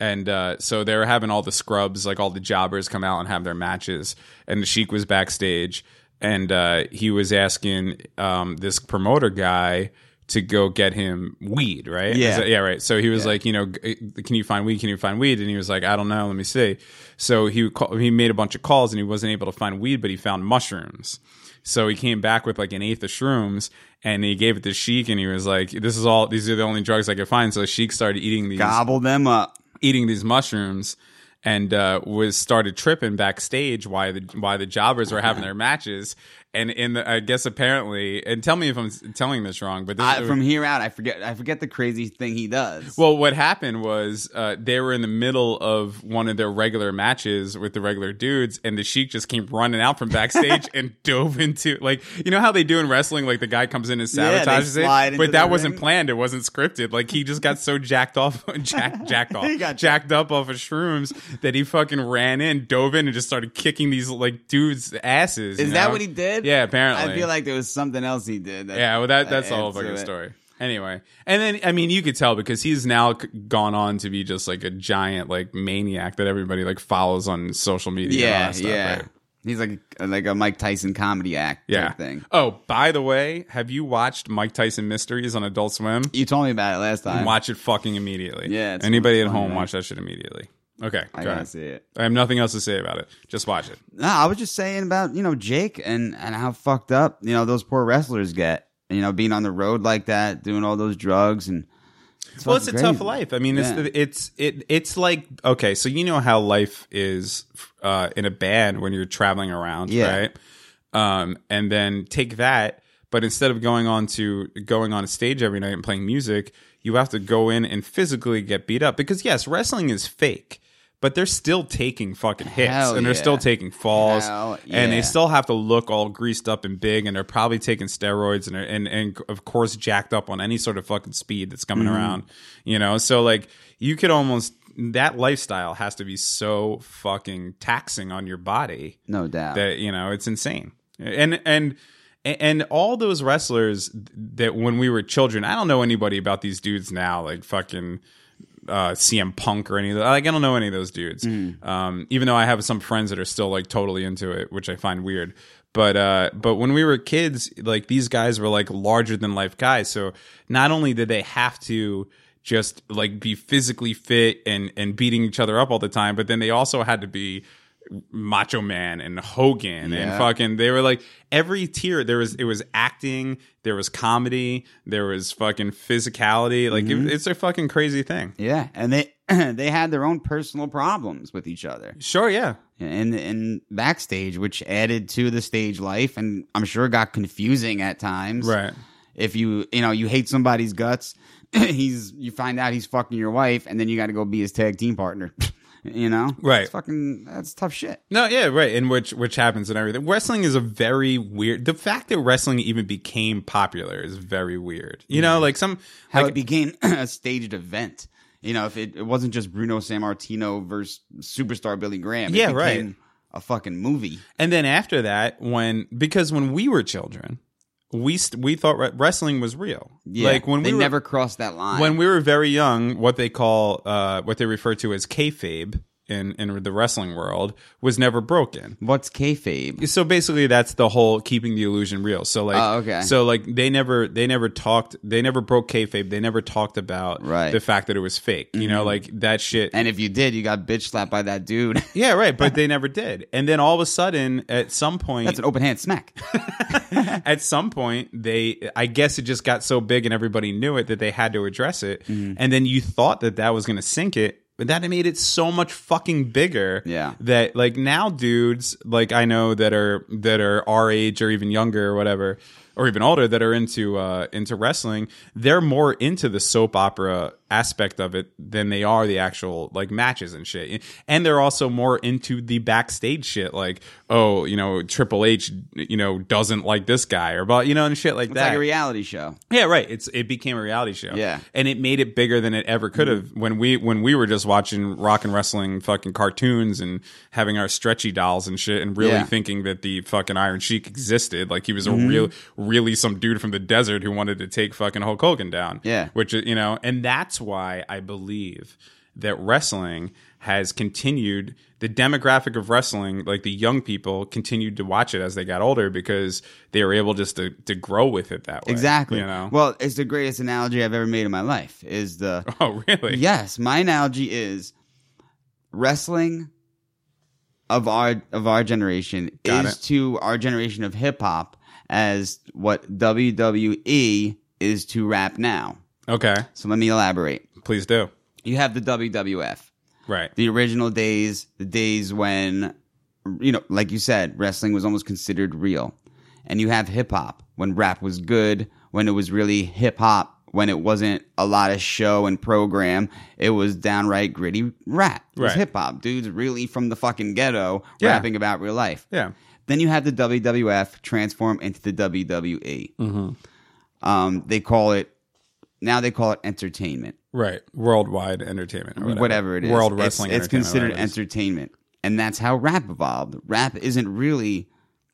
And uh, so they were having all the scrubs, like all the jobbers, come out and have their matches. And the Sheik was backstage, and uh, he was asking um, this promoter guy to go get him weed, right?
Yeah.
Is that- yeah, right. So he was like, you know, g- uh, can you find weed? Can you find weed? And he was like, I don't know. Let me see. So he would call, he made a bunch of calls and he wasn't able to find weed, but he found mushrooms. So he came back with like an eighth of shrooms and he gave it to Sheik and he was like, this is all, these are the only drugs I could find. So Sheik started eating these
Gobble them up.
eating these mushrooms and uh, was started tripping backstage why the why the jobbers were having their matches And in the, I guess apparently, and tell me if I'm s- telling this wrong, but this,
I, from here out, I forget. I forget the crazy thing he does.
Well, what happened was uh, they were in the middle of one of their regular matches with the regular dudes, and the Sheik just came running out from
(laughs)
backstage and dove into like you know how they do in wrestling, like the guy comes in and
Yeah, they
sabotages
slide
it,
into
but
the
that wasn't
ring.
planned, it wasn't scripted. Like he just got so jacked off, (laughs) jack, jacked off,
(laughs) He got
jacked up off of shrooms that he fucking ran in, dove in, and just started kicking these like dudes' asses.
Is
you
that
know?
what he did?
Yeah, apparently.
I feel like there was something else he did. that-
Yeah, well, that that's the whole
adds to
fucking
it.
story. Anyway, and then I mean, you could tell because he's now c- gone on to be just like a giant like maniac that everybody like follows on social media. and all
Yeah,
that stuff,
yeah.
right?
He's like a, like a Mike Tyson comedy act. type
yeah.
thing.
Oh, by the way, have you watched Mike Tyson Mysteries on Adult Swim?
You told me about it last time.
Watch it fucking immediately.
Yeah, it's
Anybody at
funny,
home,
right?
watch that shit immediately. Okay,
I
go
gotta
ahead.
see it.
I have nothing else to say about it. Just watch it.
No, I was just saying about you know Jake and and how fucked up you know those poor wrestlers get. You know, being on the road like that, doing all those drugs and.
well it's a
fucking
tough
crazy.
life i mean
Yeah.
it's it's it, it's like okay so you know how life is uh, in a band when you're traveling around
Yeah.
right um, and then take that but instead of going on to going on a stage every night and playing music you have to go in and physically get beat up because yes wrestling is fake but they're still taking fucking hits
Hell
and they're
yeah.
still taking falls
Hell
and they
yeah.
still still have to look all greased up and big, and they're probably taking steroids and and and of course jacked up on any sort of fucking speed that's coming around, you know. So like you could almost that lifestyle has to be so fucking taxing on your body
No doubt.
that you know it's insane and and and all those wrestlers that when we were children i don't know anybody about these dudes now like fucking uh, CM Punk or any of that. Like, I don't know any of those dudes. Um, even though I have some friends that are still like totally into it, which I find weird. But uh, but when we were kids, like these guys were like larger than life guys. So not only did they have to just like be physically fit and and beating each other up all the time, but then they also had to be Macho Man and Hogan and
Yeah.
fucking they were like every tier there was it was acting there was comedy there was fucking physicality like it, it's a fucking crazy thing
yeah, and they (clears throat) they had their own personal problems with each other.
sure yeah
and and backstage, which added to the stage life, and I'm sure got confusing at times.
Right.
If you you know you hate somebody's guts, (clears throat) he's you find out he's fucking your wife, and then you got to go be his tag team partner. (laughs) you know,
Right.
It's fucking that's tough shit.
no yeah right and which which happens and everything wrestling is a very weird the fact that wrestling even became popular is very weird you know like some
How
like,
it became (clears throat) a staged event. You know, if it, it wasn't just Bruno Sammartino versus superstar Billy Graham. It
Yeah, right.
became A fucking movie.
And then after that, when because when we were children, we st- we thought re- wrestling was real.
Yeah.
Like when
they
we were,
never crossed that line.
when we were very young, what they call uh, what they refer to as kayfabe in in the wrestling world was never broken.
What's kayfabe?
So basically, that's the whole keeping the illusion real. So like,
Oh, okay.
so like they never they never talked they never broke kayfabe. They never talked about
Right. Mm-hmm.
the fact that it was fake. You know, like that shit.
And if you did, you got bitch slapped by that dude. (laughs)
yeah, right. But they never did. And then all of a sudden, at some point,
That's an open
(laughs)
hand smack.
at some point they i guess it just got so big and everybody knew it that they had to address it
Mm-hmm.
and then you thought that that was going to sink it but that made it so much fucking bigger
Yeah.
that like now dudes like i know that are that are our age or even younger or whatever or even older that are into uh into wrestling they're more into the soap opera aspect of it than they are the actual like matches and shit and they're also more into the backstage shit like oh you know triple h you know doesn't like this guy or but you know and shit like
It's
that
like a reality show.
yeah, right. It's it became a reality show.
Yeah.
and it made it bigger than it ever could have when we when we were just watching rock and wrestling fucking cartoons and having our stretchy dolls and shit and really
Yeah. Mm-hmm.
thinking that the fucking Iron Sheik existed. Like he was a real, really some dude from the desert who wanted to take fucking Hulk Hogan down.
Yeah.
which is- you know, and that's why I believe that wrestling has continued the demographic of wrestling like the young people continued to watch it as they got older because they were able just to, to grow with it that way
Exactly.
you know
Well, it's the greatest analogy I've ever made in my life. Is the
(laughs) Oh, really?
yes, my analogy is wrestling of our of our generation
Got
is
it.
to our generation of hip hop as what WWE is to rap now.
Okay.
So let me elaborate.
Please do.
You have the WWF,
Right.
the original days, the days when, you know, like you said, wrestling was almost considered real. and you have hip hop when rap was good, when it was really hip hop, when it wasn't a lot of show and program. It was downright gritty rap. It was
Right.
hip hop. Dudes really from the fucking ghetto
Yeah.
rapping about real life.
Yeah.
Then you have the WWF transform into the WWE.
Mm-hmm.
Um, they call it now. They call it entertainment
Right. Worldwide entertainment. Or whatever.
whatever it is.
World
It's-
wrestling.
It's,
Entertainment,
considered
whatever it is.
entertainment, and that's how rap evolved. Rap isn't really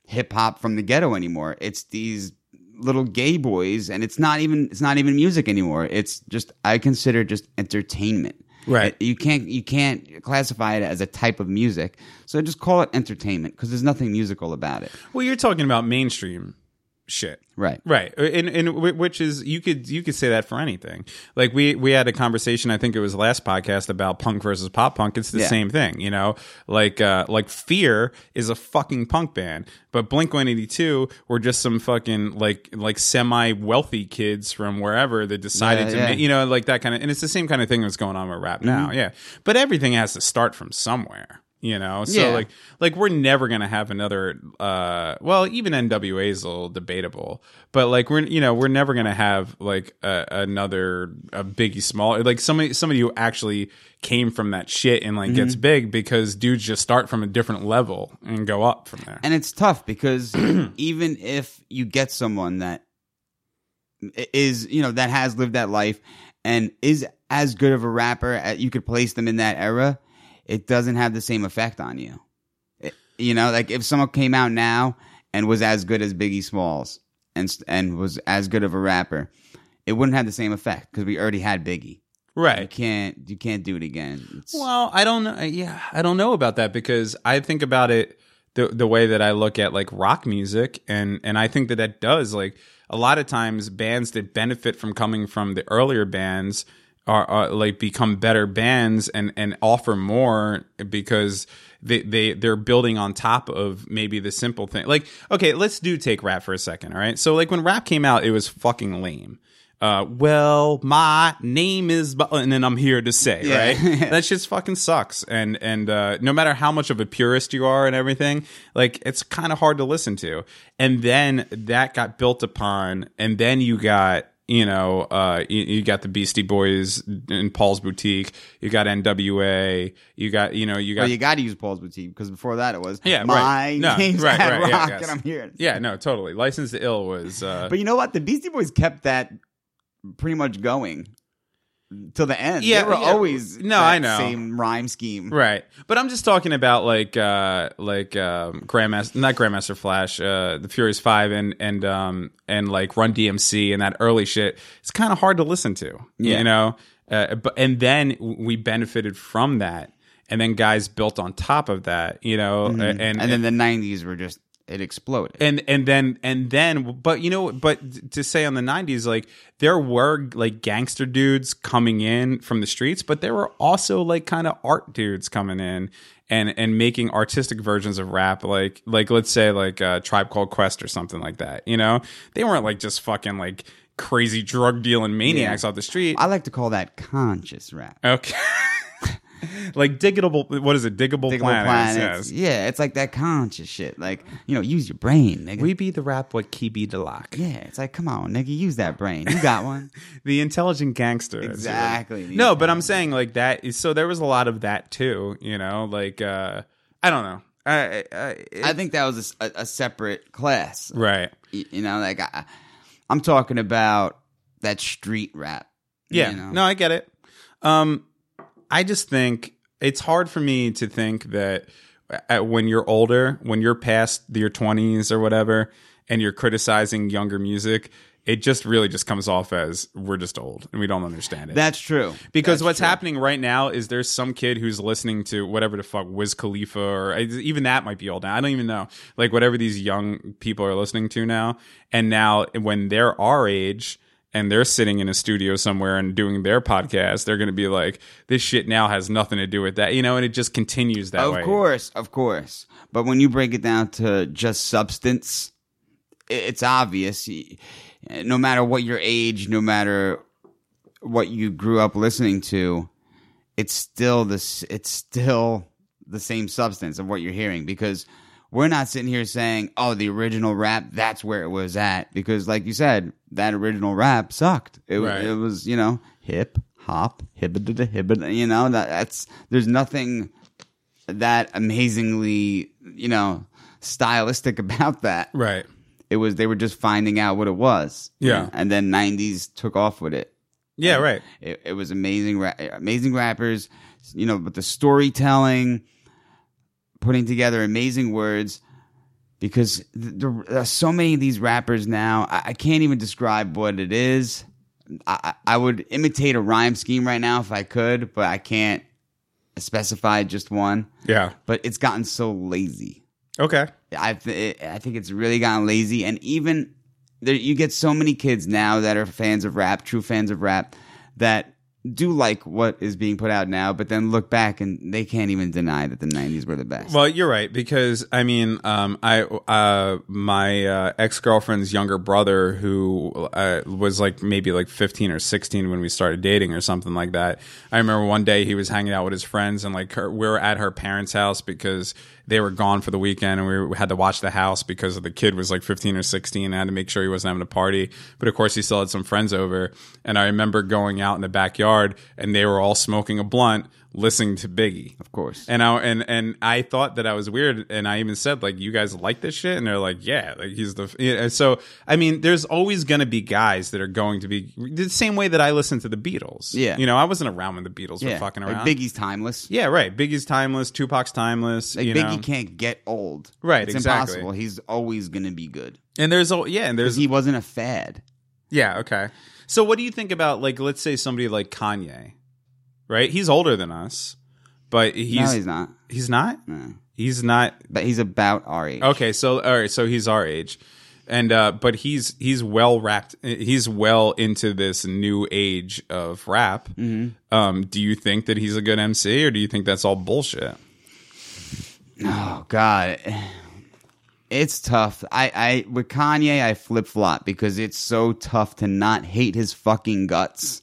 hip hop from the ghetto anymore. It's these little gay boys, and it's not even it's not even music anymore. It's just I consider it just entertainment.
Right.
It- you can't you can't classify it as a type of music, so just call it entertainment because there's nothing musical about it.
Well, you're talking about mainstream shit.
Right.
Right, Uh, and and whi- which is you could you could say that for anything. Like we we had a conversation, I think it was last podcast about punk versus pop punk. It's the
Yeah.
same thing, you know. Like uh, like Fear is a fucking punk band, but Blink One Eighty Two were just some fucking like like semi wealthy kids from wherever that decided
Yeah,
to
yeah. Mm-hmm.
ma- you know like that kind of. And it's the same kind of thing that's going on with rap now, yeah. But everything has to start from somewhere. You know, so
Yeah.
like like we're never gonna have another uh well even nwa is a little debatable but like we're you know we're never gonna have like a, another a biggie small like somebody somebody who actually came from that shit and like gets big because dudes just start from a different level and go up from there
and it's
(clears throat)
tough because even if you get someone that is you know that has lived that life and is as good of a rapper as you could place them in that era it doesn't have the same effect on you It- you know like if someone came out now and was as good as biggie smalls and s- and was as good of a rapper it wouldn't have the same effect because we already had biggie you
right
can't you can't do it again It's-
Well, I don't know. Yeah, I don't know about that because I think about it the the way that I look at like rock music, and and I think that that does like a lot of times bands that benefit from coming from the earlier bands are, are like become better bands and and offer more because they they they're building on top of maybe the simple thing. Like, okay, let's do take rap for a second. All right, so like when rap came out, it was fucking lame. Uh, well, my name is, bu- and then I'm here to say, right? (laughs) that shit's fucking sucks. And and uh, no matter how much of a purist you are and everything, like it's kind of hard to listen to. And then that got built upon, and then you got you know uh, you, you got the Beastie Boys in Paul's Boutique, you got N.W.A., you got you know you got
Well, Oh, you got to use Paul's boutique because before that it was
yeah
my
right no
name's
right right
Ad rock
yeah, yes.
and I'm here.
yeah no totally License to Ill was uh,
But you know what? The Beastie Boys kept that pretty much going till the end.
Yeah,
they were
yeah.
always
No,
that
I know.
same rhyme scheme.
Right. But I'm just talking about like uh like um Grandmaster not Grandmaster Flash, uh the Furious Five and and um and like Run DMC and that early shit. It's kinda hard to listen to.
Yeah.
You know? Uh, but and then we benefited from that. And then guys built on top of that, you know, and, and
Mm-hmm. And then the '90s were just it exploded.
and and then and then but you know but to say on the 90s like there were like gangster dudes coming in from the streets but there were also like kind of art dudes coming in and and making artistic versions of rap like like let's say like uh, tribe called quest or something like that you know they weren't like just fucking like crazy drug dealing maniacs off the street
I like to call that conscious rap.
okay (laughs) like diggable what is it diggable,
Think of
planets,
planets.
yes.
Yeah, it's like that conscious shit. Like you know, use your brain, nigga.
we be the rap what key be the lock
yeah, it's like come on, nigga, use that brain. You got one.
the intelligent gangster as it
Exactly.
were. no but i'm saying like that is so there was a lot of that too you know like uh i don't know (laughs) i, I,
I think that was a s- a, a separate class.
right
Y- You know, like I, I'm talking about that street rap.
yeah
You know?
no i get it um i just think it's hard for me to think that uh when you're older when you're past your 20s or whatever and you're criticizing younger music it just really just comes off as we're just old and we don't understand it
that's true.
Because what's happening right now is there's some kid who's listening to whatever the fuck Wiz Khalifa or even that might be old now. I don't even know. Like whatever these young people are listening to now. And now when they're our age and they're sitting in a studio somewhere and doing their podcast, they're going to be like, this shit now has nothing to do with that, you know, and it just continues that
Of
way.
course, of course. But when you break it down to just substance, i- it's obvious. Y- No matter what your age, no matter what you grew up listening to, it's still this. It's still the same substance of what you're hearing because we're not sitting here saying, "Oh, the original rap, that's where it was at," because, like you said, that original rap sucked. It,
Right.
it was, you know, hip hop, hibbida da hibbida. You know, that, that's there's nothing that amazingly, you know, stylistic (laughs) about that.
Right.
It was they were just finding out what it was.
Yeah.
and then '90s took off with it.
Yeah. Right.
It, it was amazing, ra- amazing rappers, you know, but the storytelling, putting together amazing words, because th- there are so many of these rappers now. I, I can't even describe what it is. I, I I would imitate a rhyme scheme right now if I could, but I can't specify just one.
Yeah.
But it's gotten so lazy.
Okay.
I th- I think it's really gotten lazy, and even there, you get so many kids now that are fans of rap, true fans of rap, that do like what is being put out now, but then look back and they can't even deny that the '90s were the best.
Well, you're right because I mean, um, I uh, my uh, ex girlfriend's younger brother, who uh, was like maybe like 15 or 16 when we started dating or something like that. I remember one day he was hanging out with his friends and like her, we were at her parents' house because they were gone for the weekend and we, were, we had to watch the house because the kid was like 15 or 16 and I had to make sure he wasn't having a party. But of course, he still had some friends over, and I remember going out in the backyard and they were all smoking a blunt, listening to Biggie.
of course,
And I and and I thought that I was weird, and I even said like, "You guys like this shit?" And they're like, "Yeah, like he's the." F-. yeah, and So I mean, there's always gonna be guys that are going to be the same way that I listened to the Beatles.
Yeah.
you know, I wasn't around when the Beatles were fucking
like
around.
Biggie's timeless.
yeah, right. Biggie's timeless. Tupac's timeless.
Like
you
Biggie
know?
can't get old.
Right,
it's
exactly.
impossible. He's always gonna be good
and there's all yeah, and there's
because he wasn't a fad.
yeah, okay. So what do you think about like let's say somebody like Kanye, right? He's older than us, but he's
no, he's not.
he's not
No.
he's not
But he's about our age.
Okay, so all right, so he's our age, and uh, but he's he's well wrapped. He's well into this new age of rap. Um, do you think that he's a good MC, or do you think that's all bullshit?
Oh God, it's tough. I, I with Kanye, I flip flop because it's so tough to not hate his fucking guts,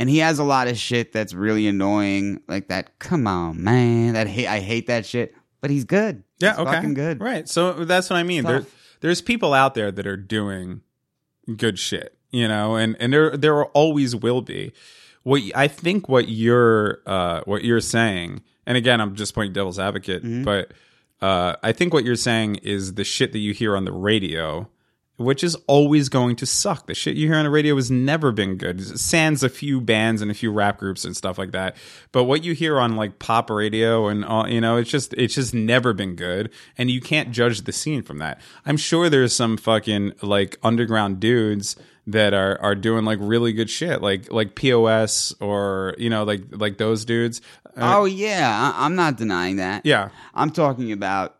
and he has a lot of shit that's really annoying, like that. Come on, man, that hate. I hate that shit, but he's good.
Yeah,
He's
okay,
fucking good.
Right. So that's what I mean. There,
Tough.
there's people out there that are doing good shit, you know, and and there there always will be. What y- I think what you're uh, what you're saying, and again, I'm just playing devil's advocate,
Mm-hmm.
but uh, I think what you're saying is the shit that you hear on the radio. Which is always going to suck. The shit you hear on the radio has never been good. Sans a few bands and a few rap groups and stuff like that. But what you hear on like pop radio and all, you know, it's just it's just never been good. And you can't judge the scene from that. I'm sure there's some fucking like underground dudes that are are doing like really good shit, like like POS or you know like like those dudes. Uh,
Oh yeah, I, I'm not denying that.
yeah,
I'm talking about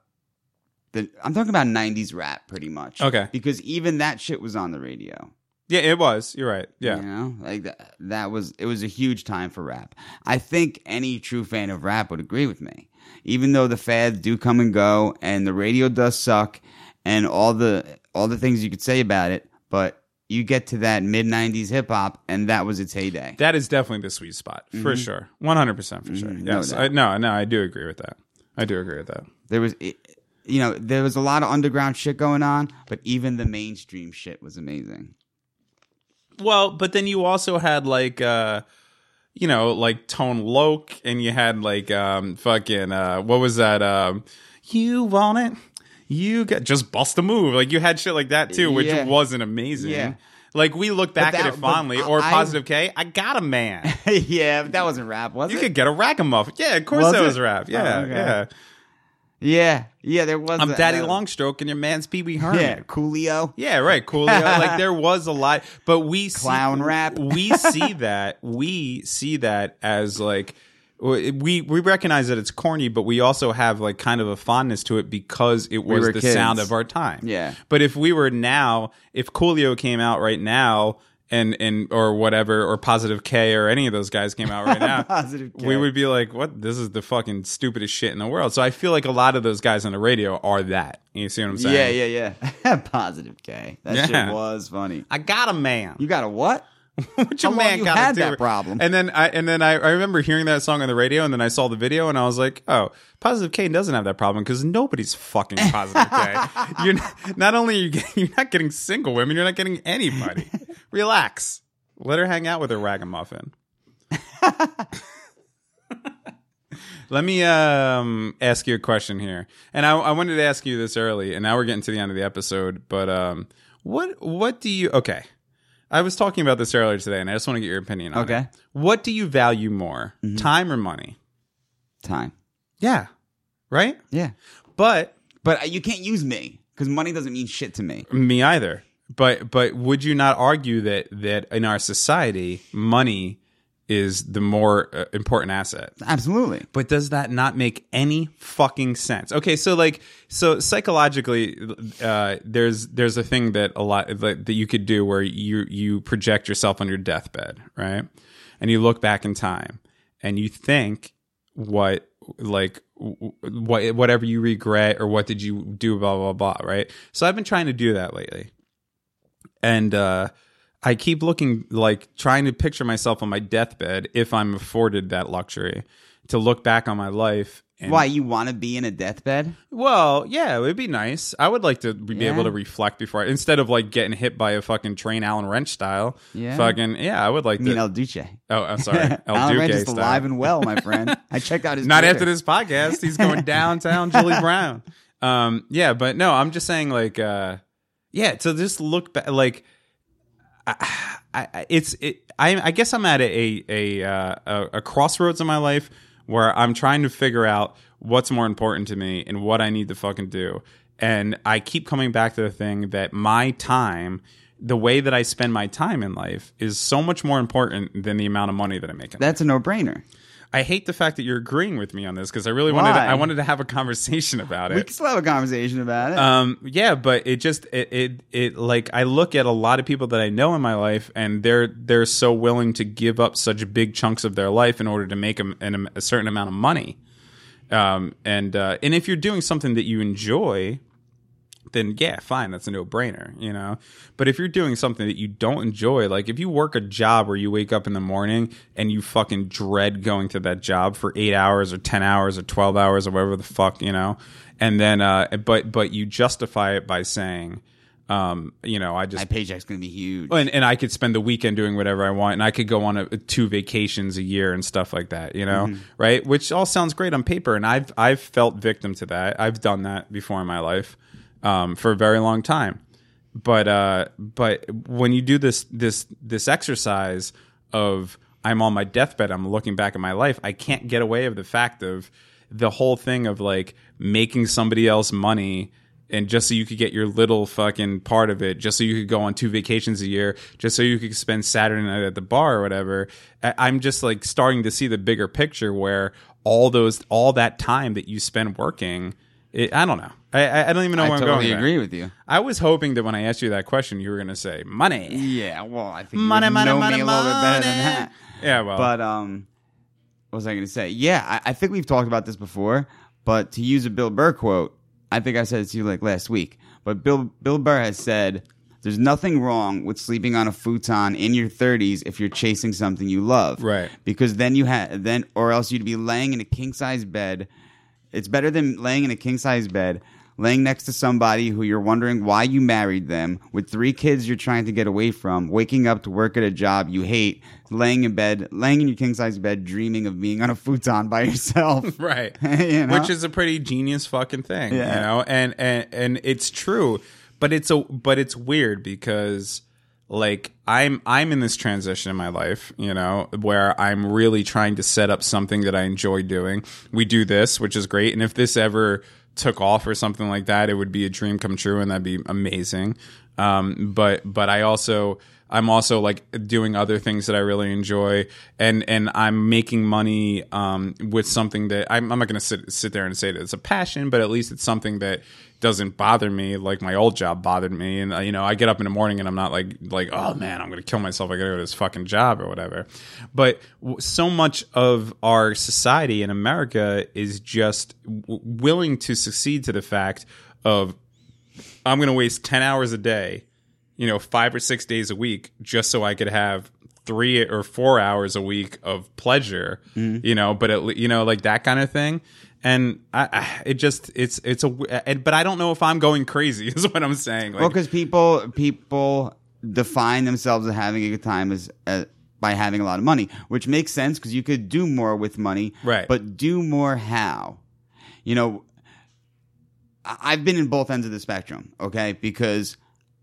the. I'm talking about '90s rap, pretty much.
Okay.
because even that shit was on the radio.
yeah, it was. You're right. Yeah,
You know, like that, that was, it was a huge time for rap. I think any true fan of rap would agree with me. Even though the fads do come and go and the radio does suck and all the, all the things you could say about it, but you get to that mid 90s hip hop and that was its heyday.
that is definitely the sweet spot for sure. One hundred percent for sure.
Mm-hmm. no
Yes,
doubt.
I, no, no, I do agree with that. I do agree with that.
There was, it, you know, there was a lot of underground shit going on, but even the mainstream shit was amazing. (laughs)
Well, but then you also had like uh you know, like Tone Loke and you had like um fucking uh what was that um you want it? You got just bust a move. Like you had shit like that too, which
Yeah.
wasn't amazing.
Yeah.
Like we look back at
that-
it
but
fondly,
I-
or
I-
Positive K, I got a man.
yeah, but that wasn't rap, was
You
it?
could get a ragamuffin. Yeah, of course
Was
that
it?
was rap. Yeah,
Oh, okay.
yeah.
yeah, yeah, there was.
I'm
that-
Daddy
that-
Longstroke and your man's Pee Wee Herman.
Yeah, Coolio. (laughs)
Yeah, right. Coolio. like there was a lot, but we see-
Clown rap.
we see that. We see that as like we we recognize that it's corny, but we also have like kind of a fondness to it because it was
were
the
kids.
sound of our time.
Yeah.
But if we were now, if Coolio came out right now. And, and or whatever or positive K or any of those guys came out right now.
(laughs) Positive K.
we would be like, what? This is the fucking stupidest shit in the world. So I feel like a lot of those guys on the radio are that. You see what I'm saying?
Yeah, yeah, yeah. (laughs) Positive K. That
Yeah.
shit was funny.
I got a man.
You got a what?
Which
How
a
long
man
you
gotta
had
do?
that problem?
And then I and then I, I remember hearing that song on the radio, and then I saw the video, and I was like, oh, Positive Kane doesn't have that problem because nobody's fucking Positive
(laughs)
K. You're not, not only are you get- you're not getting (laughs) single women, you're not getting anybody. Relax. Let her hang out with her ragamuffin. Let me um, ask you a question here, and I, I wanted to ask you this early, and now we're getting to the end of the episode. But um, what what do you? Okay, I was talking about this earlier today, and I just want to get your opinion. on
Okay.
it. what do you value more, time or money?
Time.
Yeah, right.
Yeah.
But
But uh, you can't use me because money doesn't mean shit to me.
me either. But but would you not argue that that in our society, money is the more uh, important asset?
Absolutely.
But does that not make any fucking sense? Okay, so like, so psychologically, uh, there's there's a thing that a lot that that you could do where you you project yourself on your deathbed, right? And you look back in time and you think what like what whatever you regret or what did you do, blah blah blah, right? So I've been trying to do that lately, and uh, I keep looking like trying to picture myself on my deathbed if I'm afforded that luxury to look back on my life. And,
Why you want to be in a deathbed?
Well, yeah, it would be nice. I would like to be
Yeah.
able to reflect before I, instead of like getting hit by a fucking train, Alan Wrench style.
Yeah.
fucking yeah, I would like
I
to.
mean El Duce.
oh, I'm
(laughs)
sorry, El
Alan
Duque
Rand is
style.
alive and well, my
(laughs)
friend. I checked out his.
Not
Twitter.
after this podcast. He's going downtown, Julie Brown. Um, yeah, but no, I'm just saying, like, uh, yeah. So just look back, like, I, I, it's, it, I, I guess I'm at a a a, uh, a a crossroads in my life where I'm trying to figure out what's more important to me and what I need to fucking do, and I keep coming back to the thing that my time. The way that I spend my time in life is so much more important than the amount of money that I make. in
That's a no-brainer.
I hate the fact that you're agreeing with me on this because I really wanted to,
Why?
I wanted to have a conversation about
We
it.
can still have a conversation about it.
Um, yeah, but it just it, it it like I look at a lot of people that I know in my life, and they're they're so willing to give up such big chunks of their life in order to make a, an, a certain amount of money. Um, and uh, and if you're doing something that you enjoy, then yeah, fine, that's a no brainer, you know. But if you're doing something that you don't enjoy, like if you work a job where you wake up in the morning and you fucking dread going to that job for eight hours or ten hours or twelve hours or whatever the fuck, you know, and then uh, but but you justify it by saying, um, you know, I
my
just
paycheck's gonna be huge.
Oh, and, and I could spend the weekend doing whatever I want, and I could go on a, two vacations a year and stuff like that, you know, right? Which all sounds great on paper, and I've I've felt victim to that. I've done that before in my life um, for a very long time, but uh, but when you do this this this exercise of I'm on my deathbed, I'm looking back at my life, I can't get away of the fact of the whole thing of like making somebody else money and just so you could get your little fucking part of it, just so you could go on two vacations a year, just so you could spend Saturday night at the bar or whatever. I- I'm just like starting to see the bigger picture where all those, all that time that you spend working, it, I don't know. I- I, I don't even know
I
where I'm going.
totally
with that.
agree with you.
I was hoping that when I asked you that question, you were going to say money.
Yeah, well, I think
Money,
you would
money,
know
money,
me a little bit better than
money.
that.
Yeah, well,
But um, what was I going to say? Yeah, I, I think we've talked about this before. But to use a Bill Burr quote, I think I said it to you like last week. But Bill Bill Burr has said, "There's nothing wrong with sleeping on a futon in your 30s if you're chasing something you love,
Right.
Because then you had then, or else you'd be laying in a king size bed. It's better than laying in a king size bed." Laying next to somebody who you're wondering why you married them, with three kids you're trying to get away from, waking up to work at a job you hate, laying in bed, laying in your king size bed, dreaming of being on a (laughs) futon by yourself.
(laughs) (laughs) right
(laughs) You know?
which is a pretty genius fucking thing you
Yeah.
know and and and it's true but it's a but it's weird because like i'm i'm in this transition in my life you know where i'm really trying to set up something that i enjoy doing we do this which is great and if this ever took off or something like that it would be a dream come true and that'd be amazing um but but i also I'm also like doing other things that I really enjoy, and and I'm making money um, with something that I'm, I'm not going to sit sit there and say that it's a passion, but at least it's something that doesn't bother me like my old job bothered me. And uh, you know, I get up in the morning and I'm not like like oh man, I'm going to kill myself. I got to go to this fucking job or whatever. But w- so much of our society in America is just w- willing to succeed to the fact of I'm going to waste 10 hours a day, you know, five or six days a week just so I could have three or four hours a week of pleasure,
Mm-hmm.
you know, but it, you know, like that kind of thing. And I, I, it just, it's, it's a, w- and, but I don't know if I'm going crazy (laughs) is what I'm saying. Like,
Well, because people people define themselves as having a good time as, as by having a lot of money, which makes sense because you could do more with money,
Right.
But do more how? You know, I- I've been in both ends of the spectrum, okay? Because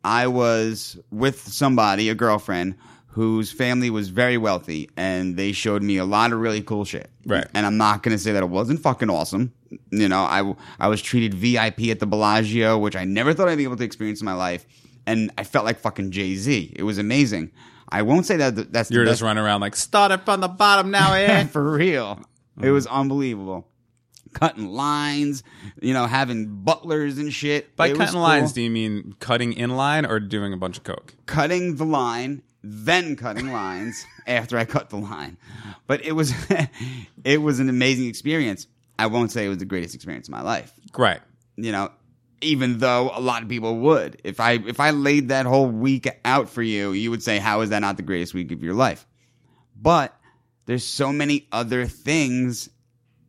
I was with somebody, a girlfriend, whose family was very wealthy, and they showed me a lot of really cool shit,
Right.
And I'm not gonna say that it wasn't fucking awesome. You know, I w- I was treated VIP at the Bellagio, which I never thought I'd be able to experience in my life, and I felt like fucking Jay Z. It was amazing. I won't say that th- that's
you're
the
just
best
running around like, start up on the bottom
(laughs)
now, eh?
for real. It was
Mm-hmm.
unbelievable. Cutting lines, you know, having butlers and shit.
By
It was
cutting lines,
cool.
do you mean cutting in line or doing a bunch of coke?
cutting the line, then cutting lines after I cut the line. But it was (laughs) it was an amazing experience. I won't say it was the greatest experience of my life.
Right.
You know, even though a lot of people would. If I if I laid that whole week out for you, you would say, How is that not the greatest week of your life? But there's so many other things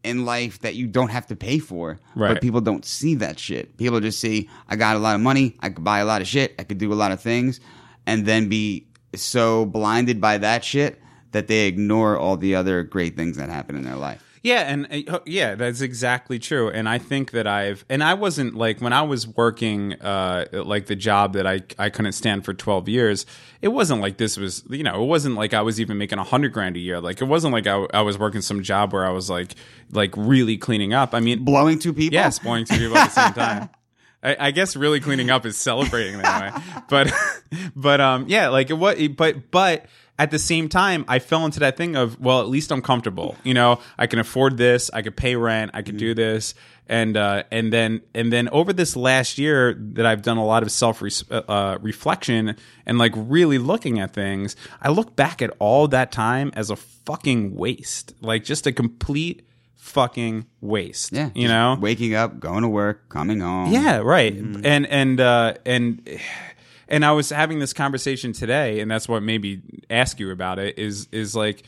in life that you don't have to pay for.
Right.
But people don't see that shit. People just see, I got a lot of money, I could buy a lot of shit, I could do a lot of things, and then be so blinded by that shit that they ignore all the other great things that happen in their life.
Yeah, and uh, yeah, that's exactly true. And I think that I've and I wasn't like when I was working uh like the job that I I couldn't stand for 12 years, it wasn't like this was, you know, it wasn't like I was even making 100 grand a year. Like it wasn't like I, I was working some job where I was like like really cleaning up. I mean,
Blowing two people?
yeah, spoiling two people at the same time.
(laughs)
I, I guess really cleaning up is celebrating that way, but (laughs) but um yeah, like what? But but at the same time, I fell into that thing of well, at least I'm comfortable. You know, I can afford this. I could pay rent. I could do
Mm-hmm.
this. And uh, and then and then over this last year that I've done a lot of self res- uh, uh, reflection and like really looking at things, I look back at all that time as a fucking waste, like just a complete fucking waste.
Yeah.
you
just
know,
Waking up, going to work, coming home.
yeah, right. And and uh, and and I was having this conversation today, and that's what made me ask you about it. Is is like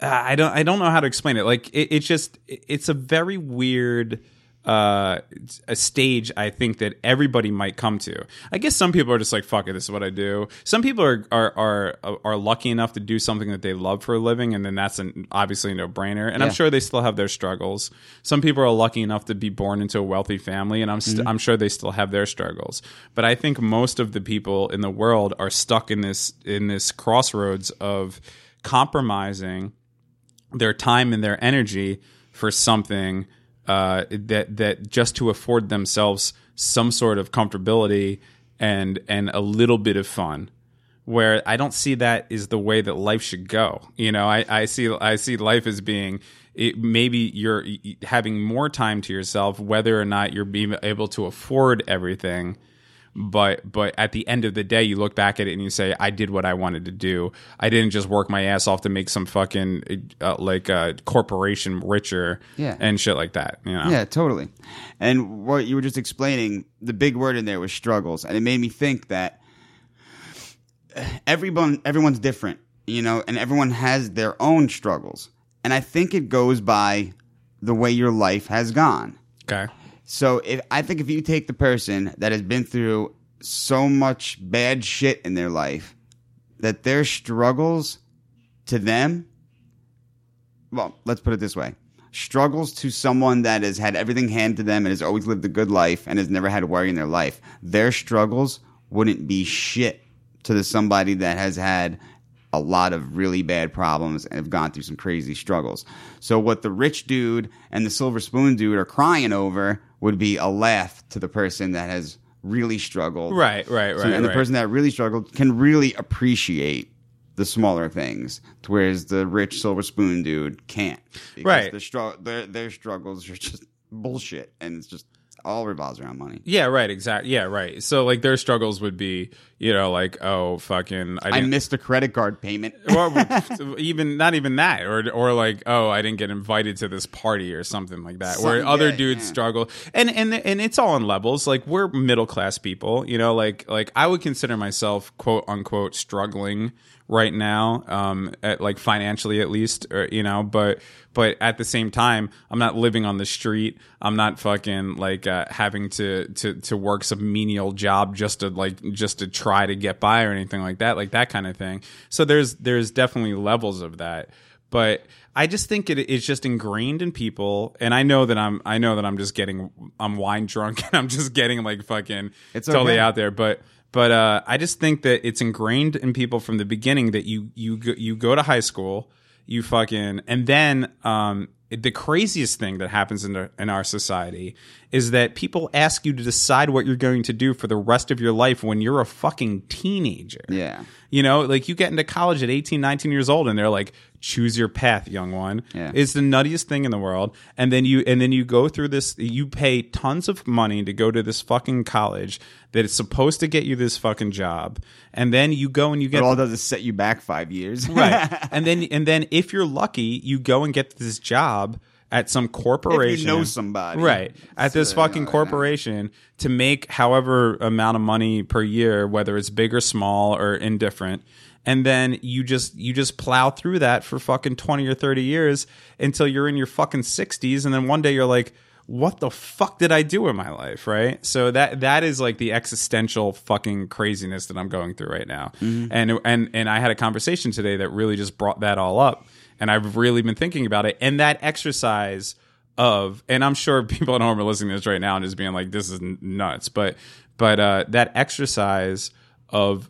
uh, I don't I don't know how to explain it. Like it, it's just it- it's a very weird uh it's a stage i think that everybody might come to i guess some people are just like fuck it this is what i do some people are are are, are lucky enough to do something that they love for a living and then that's an obviously a no-brainer and i'm
Yeah.
sure they still have their struggles some people are lucky enough to be born into a wealthy family and i'm st- i'm sure they still have their struggles but i think most of the people in the world are stuck in this in this crossroads of compromising their time and their energy for something uh, that that just to afford themselves some sort of comfortability and and a little bit of fun. Where I don't see that is the way that life should go. You know, I, I see I see life as being it, maybe you're y- y- having more time to yourself, whether or not you're being able to afford everything but but at the end of the day you look back at it and you say i did what i wanted to do i didn't just work my ass off to make some fucking uh, like uh, corporation richer
Yeah.
and shit like that you know
Yeah, totally. And what you were just explaining, the big word in there was struggles, and it made me think that everyone everyone's different, you know, and everyone has their own struggles. And I think it goes by the way your life has gone.
okay
So if I think if you take the person that has been through so much bad shit in their life, that their struggles to them, well, let's put it this way. Struggles to someone that has had everything handed to them and has always lived a good life and has never had a worry in their life, their struggles wouldn't be shit to the somebody that has had a lot of really bad problems and have gone through some crazy struggles. So what the rich dude and the silver spoon dude are crying over would be a laugh to the person that has really struggled.
right right right,
So- and the
right.
person that really struggled can really appreciate the smaller things, whereas the rich silver spoon dude can't. Because
Right.
The str- their, their struggles are just bullshit, and it's just all revolves around money.
Yeah, right, exactly. Yeah, right. So like their struggles would be, you you know, like oh fucking, I
I
didn't.
missed a credit card payment.
(laughs) well, even not even that, or or like, oh, I didn't get invited to this party or something like that, where
Something,
other
yeah,
dudes
yeah.
struggle, and and and it's all on levels. Like we're middle class people, you know. Like like I would consider myself quote unquote struggling right now, um, at, like financially at least, or, you know. But but at the same time, I'm not living on the street. I'm not fucking like uh, having to to to work some menial job just to like just to try to get by or anything like that, like that kind of thing. So there's there's definitely levels of that, but I just think it it's just ingrained in people. And I know that I'm I know that I'm just getting I'm wine drunk (laughs) and I'm just getting like fucking
It's
totally
okay.
out there, but. But uh, I just think that it's ingrained in people from the beginning that you you go, you go to high school, you fucking and then um the craziest thing that happens in, our in our society is that people ask you to decide what you're going to do for the rest of your life when you're a fucking teenager.
Yeah.
You know, like you get into college at 18, 19 years old and they're like, choose your path, young one.
Yeah.
It's the nuttiest thing in the world. And then you, and then you go through this, you pay tons of money to go to this fucking college that is supposed to get you this fucking job. And then you go and you
It
get
all does is set you back five years.
right (laughs) and then and then if you're lucky you go and get this job at some corporation
If you know somebody.
right at this
So, you know,
fucking
right now.
corporation to make however amount of money per year whether it's big or small or indifferent and then you just you just plow through that for fucking 20 or 30 years until you're in your fucking 60s and then one day you're like what the fuck did I do in my life, right? So that that is like the existential fucking craziness that I'm going through right now.
Mm-hmm.
And and and I had a conversation today that really just brought that all up and I've really been thinking about it and that exercise of and I'm sure (laughs) people at home are listening to this right now and just being like this is n- nuts, but but uh that exercise of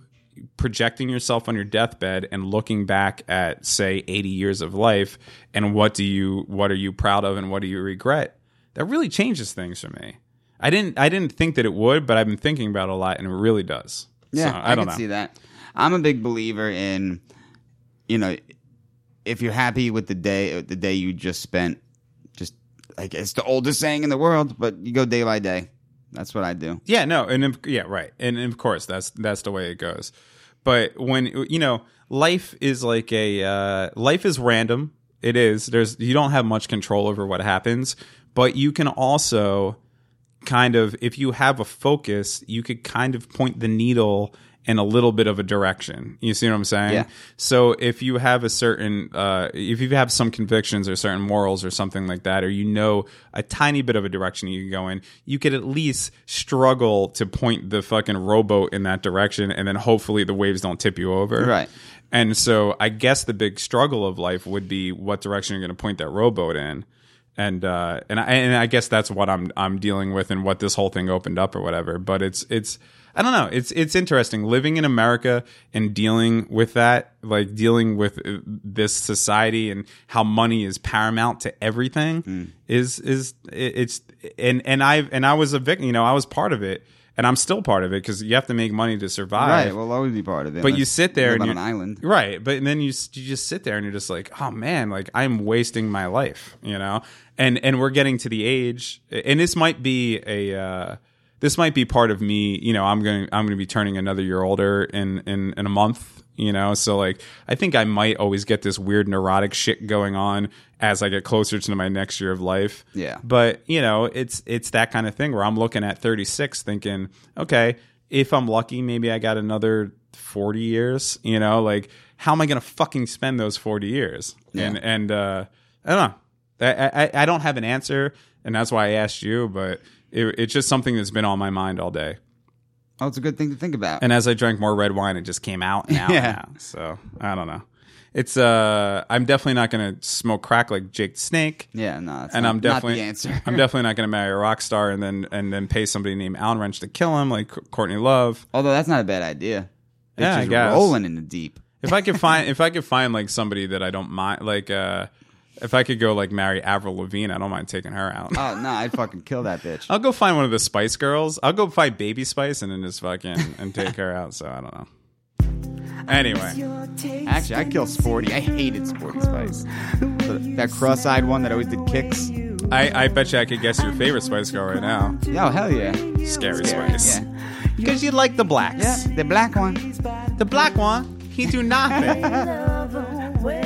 projecting yourself on your deathbed and looking back at say 80 years of life and what do you what are you proud of and what do you regret that really changes things for me i didn't i didn't think that it would but i've been thinking about it a lot and it really does
Yeah,
So,
I,
don't
can
know
see that. I'm a big believer in, you know, if you're happy with the day, uh, the day you just spent, just like it's the oldest saying in the world, but you go day by day. That's what I do.
Yeah, no, and of- yeah, right, and of course that's that's the way it goes. But when you know, life is like a uh, life is random. It is. There's you don't have much control over what happens, but you can also kind of if you have a focus, you could kind of point the needle in a little bit of a direction. You see what I'm saying?
Yeah.
So if you have a certain, uh, if you have some convictions or certain morals or something like that, or you know a tiny bit of a direction you can go in, you could at least struggle to point the fucking rowboat in that direction, and then hopefully the waves don't tip you over.
Right.
And so I guess the big struggle of life would be what direction you're going to point that rowboat in. And uh, and I, and I guess that's what I'm I'm dealing with and what this whole thing opened up or whatever. But it's it's I don't know. It's it's interesting living in America and dealing with that, like dealing with uh, this society and how money is paramount to everything.
Hmm.
Is is it- it's and and I and I was a victim. You know, I was part of it, and I'm still part of it because you have to make money to survive.
Right, we'll always be part of it.
But you
Let's
sit there
live
and
on an
you-
island.
right? But and then you s- you just sit there and you're just like, oh man, like I'm wasting my life, you know. And and we're getting to the age, and this might be a uh, this might be part of me. You know, I'm going to I'm going to be turning another year older in in in a month. You know, so like I think I might always get this weird neurotic shit going on as I get closer to my next year of life.
Yeah.
But, you know, it's it's that kind of thing where I'm looking at 36 thinking, okay, if I'm lucky, maybe I got another 40 years, you know, like how am I going to fucking spend those 40 years? And and uh I don't know. I, I I don't have an answer and that's why I asked you, but it, it's just something that's been on my mind all day.
Oh, it's a good thing to think about.
And as I drank more red wine, it just came out and out. and
Yeah.
out. So, I don't know. It's uh I'm definitely not going to smoke crack like Jake the Snake
yeah, no, it's
and
not,
I'm definitely
not the answer.
I'm definitely not going to marry a rock star and then and then pay somebody named Alan Wrench to kill him, like C- Courtney Love.
(laughs) Although that's not a bad idea. It's
Yeah, I
just
guess.
rolling in the deep.
If I could find if I could find like somebody that I don't mind, like uh, if I could go like marry Avril Lavigne, I don't mind taking her out.
Oh no, I'd fucking kill that bitch.
I'll go find one of the Spice Girls. I'll go find Baby Spice and then just fucking and take her out. So I don't know. Anyway,
Actually, I kill Sporty. I hated Sporty Spice. So that cross-eyed one that always did kicks.
I I bet you I could guess your favorite Spice Girl right now.
Oh hell yeah.
Scary,
Scary,
Spice.
yeah.
Because you like the blacks.
The black one.
The black one, he do nothing.
(laughs)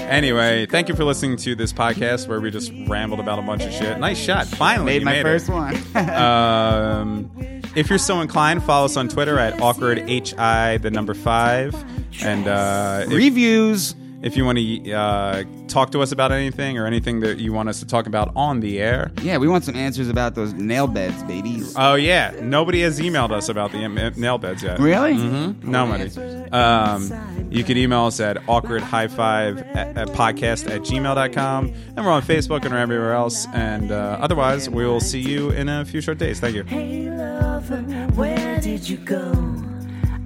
Anyway, thank you for listening to this podcast where we just rambled about a bunch of shit. Nice shot. Finally,
Made
you
my
made it.
first one. (laughs)
Um, if you're so inclined, follow us on Twitter at awkward hi the number five. And uh, if,
Reviews.
if you want to uh, talk to us about anything or anything that you want us to talk about on the air,
Yeah, we want some answers about those nail beds, babies.
oh yeah, nobody has emailed us about the em- nail beds yet.
really?
Mm-hmm. Nobody. Um, you can email us at awkward high five at, at podcast at gmail.com. And we're on Facebook and we're everywhere else. And uh, otherwise, we will see you in a few short days. Thank you.
Hey lover, where did you go?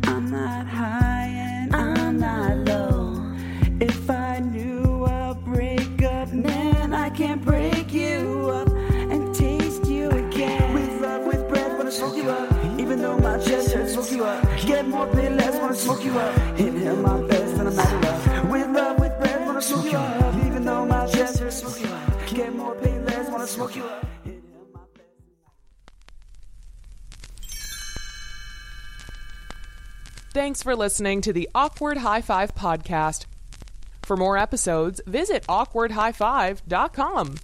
I'm not high and I'm not low. If I knew a breakup, man, I can't break you up and taste you again.
With love, with breath, wanna smoke you up. Even though my chest hurts, smoke you up. Get more, pay less, wanna smoke you up. Inhale my best, and I'm out of love. With love, with breath, wanna smoke you up. Even though my chest hurts, smoke you up. Get more, pay less, wanna smoke you up. Inhale my best.
Thanks for listening to the Awkward High Five podcast. For more episodes, visit awkwardhighfive.com.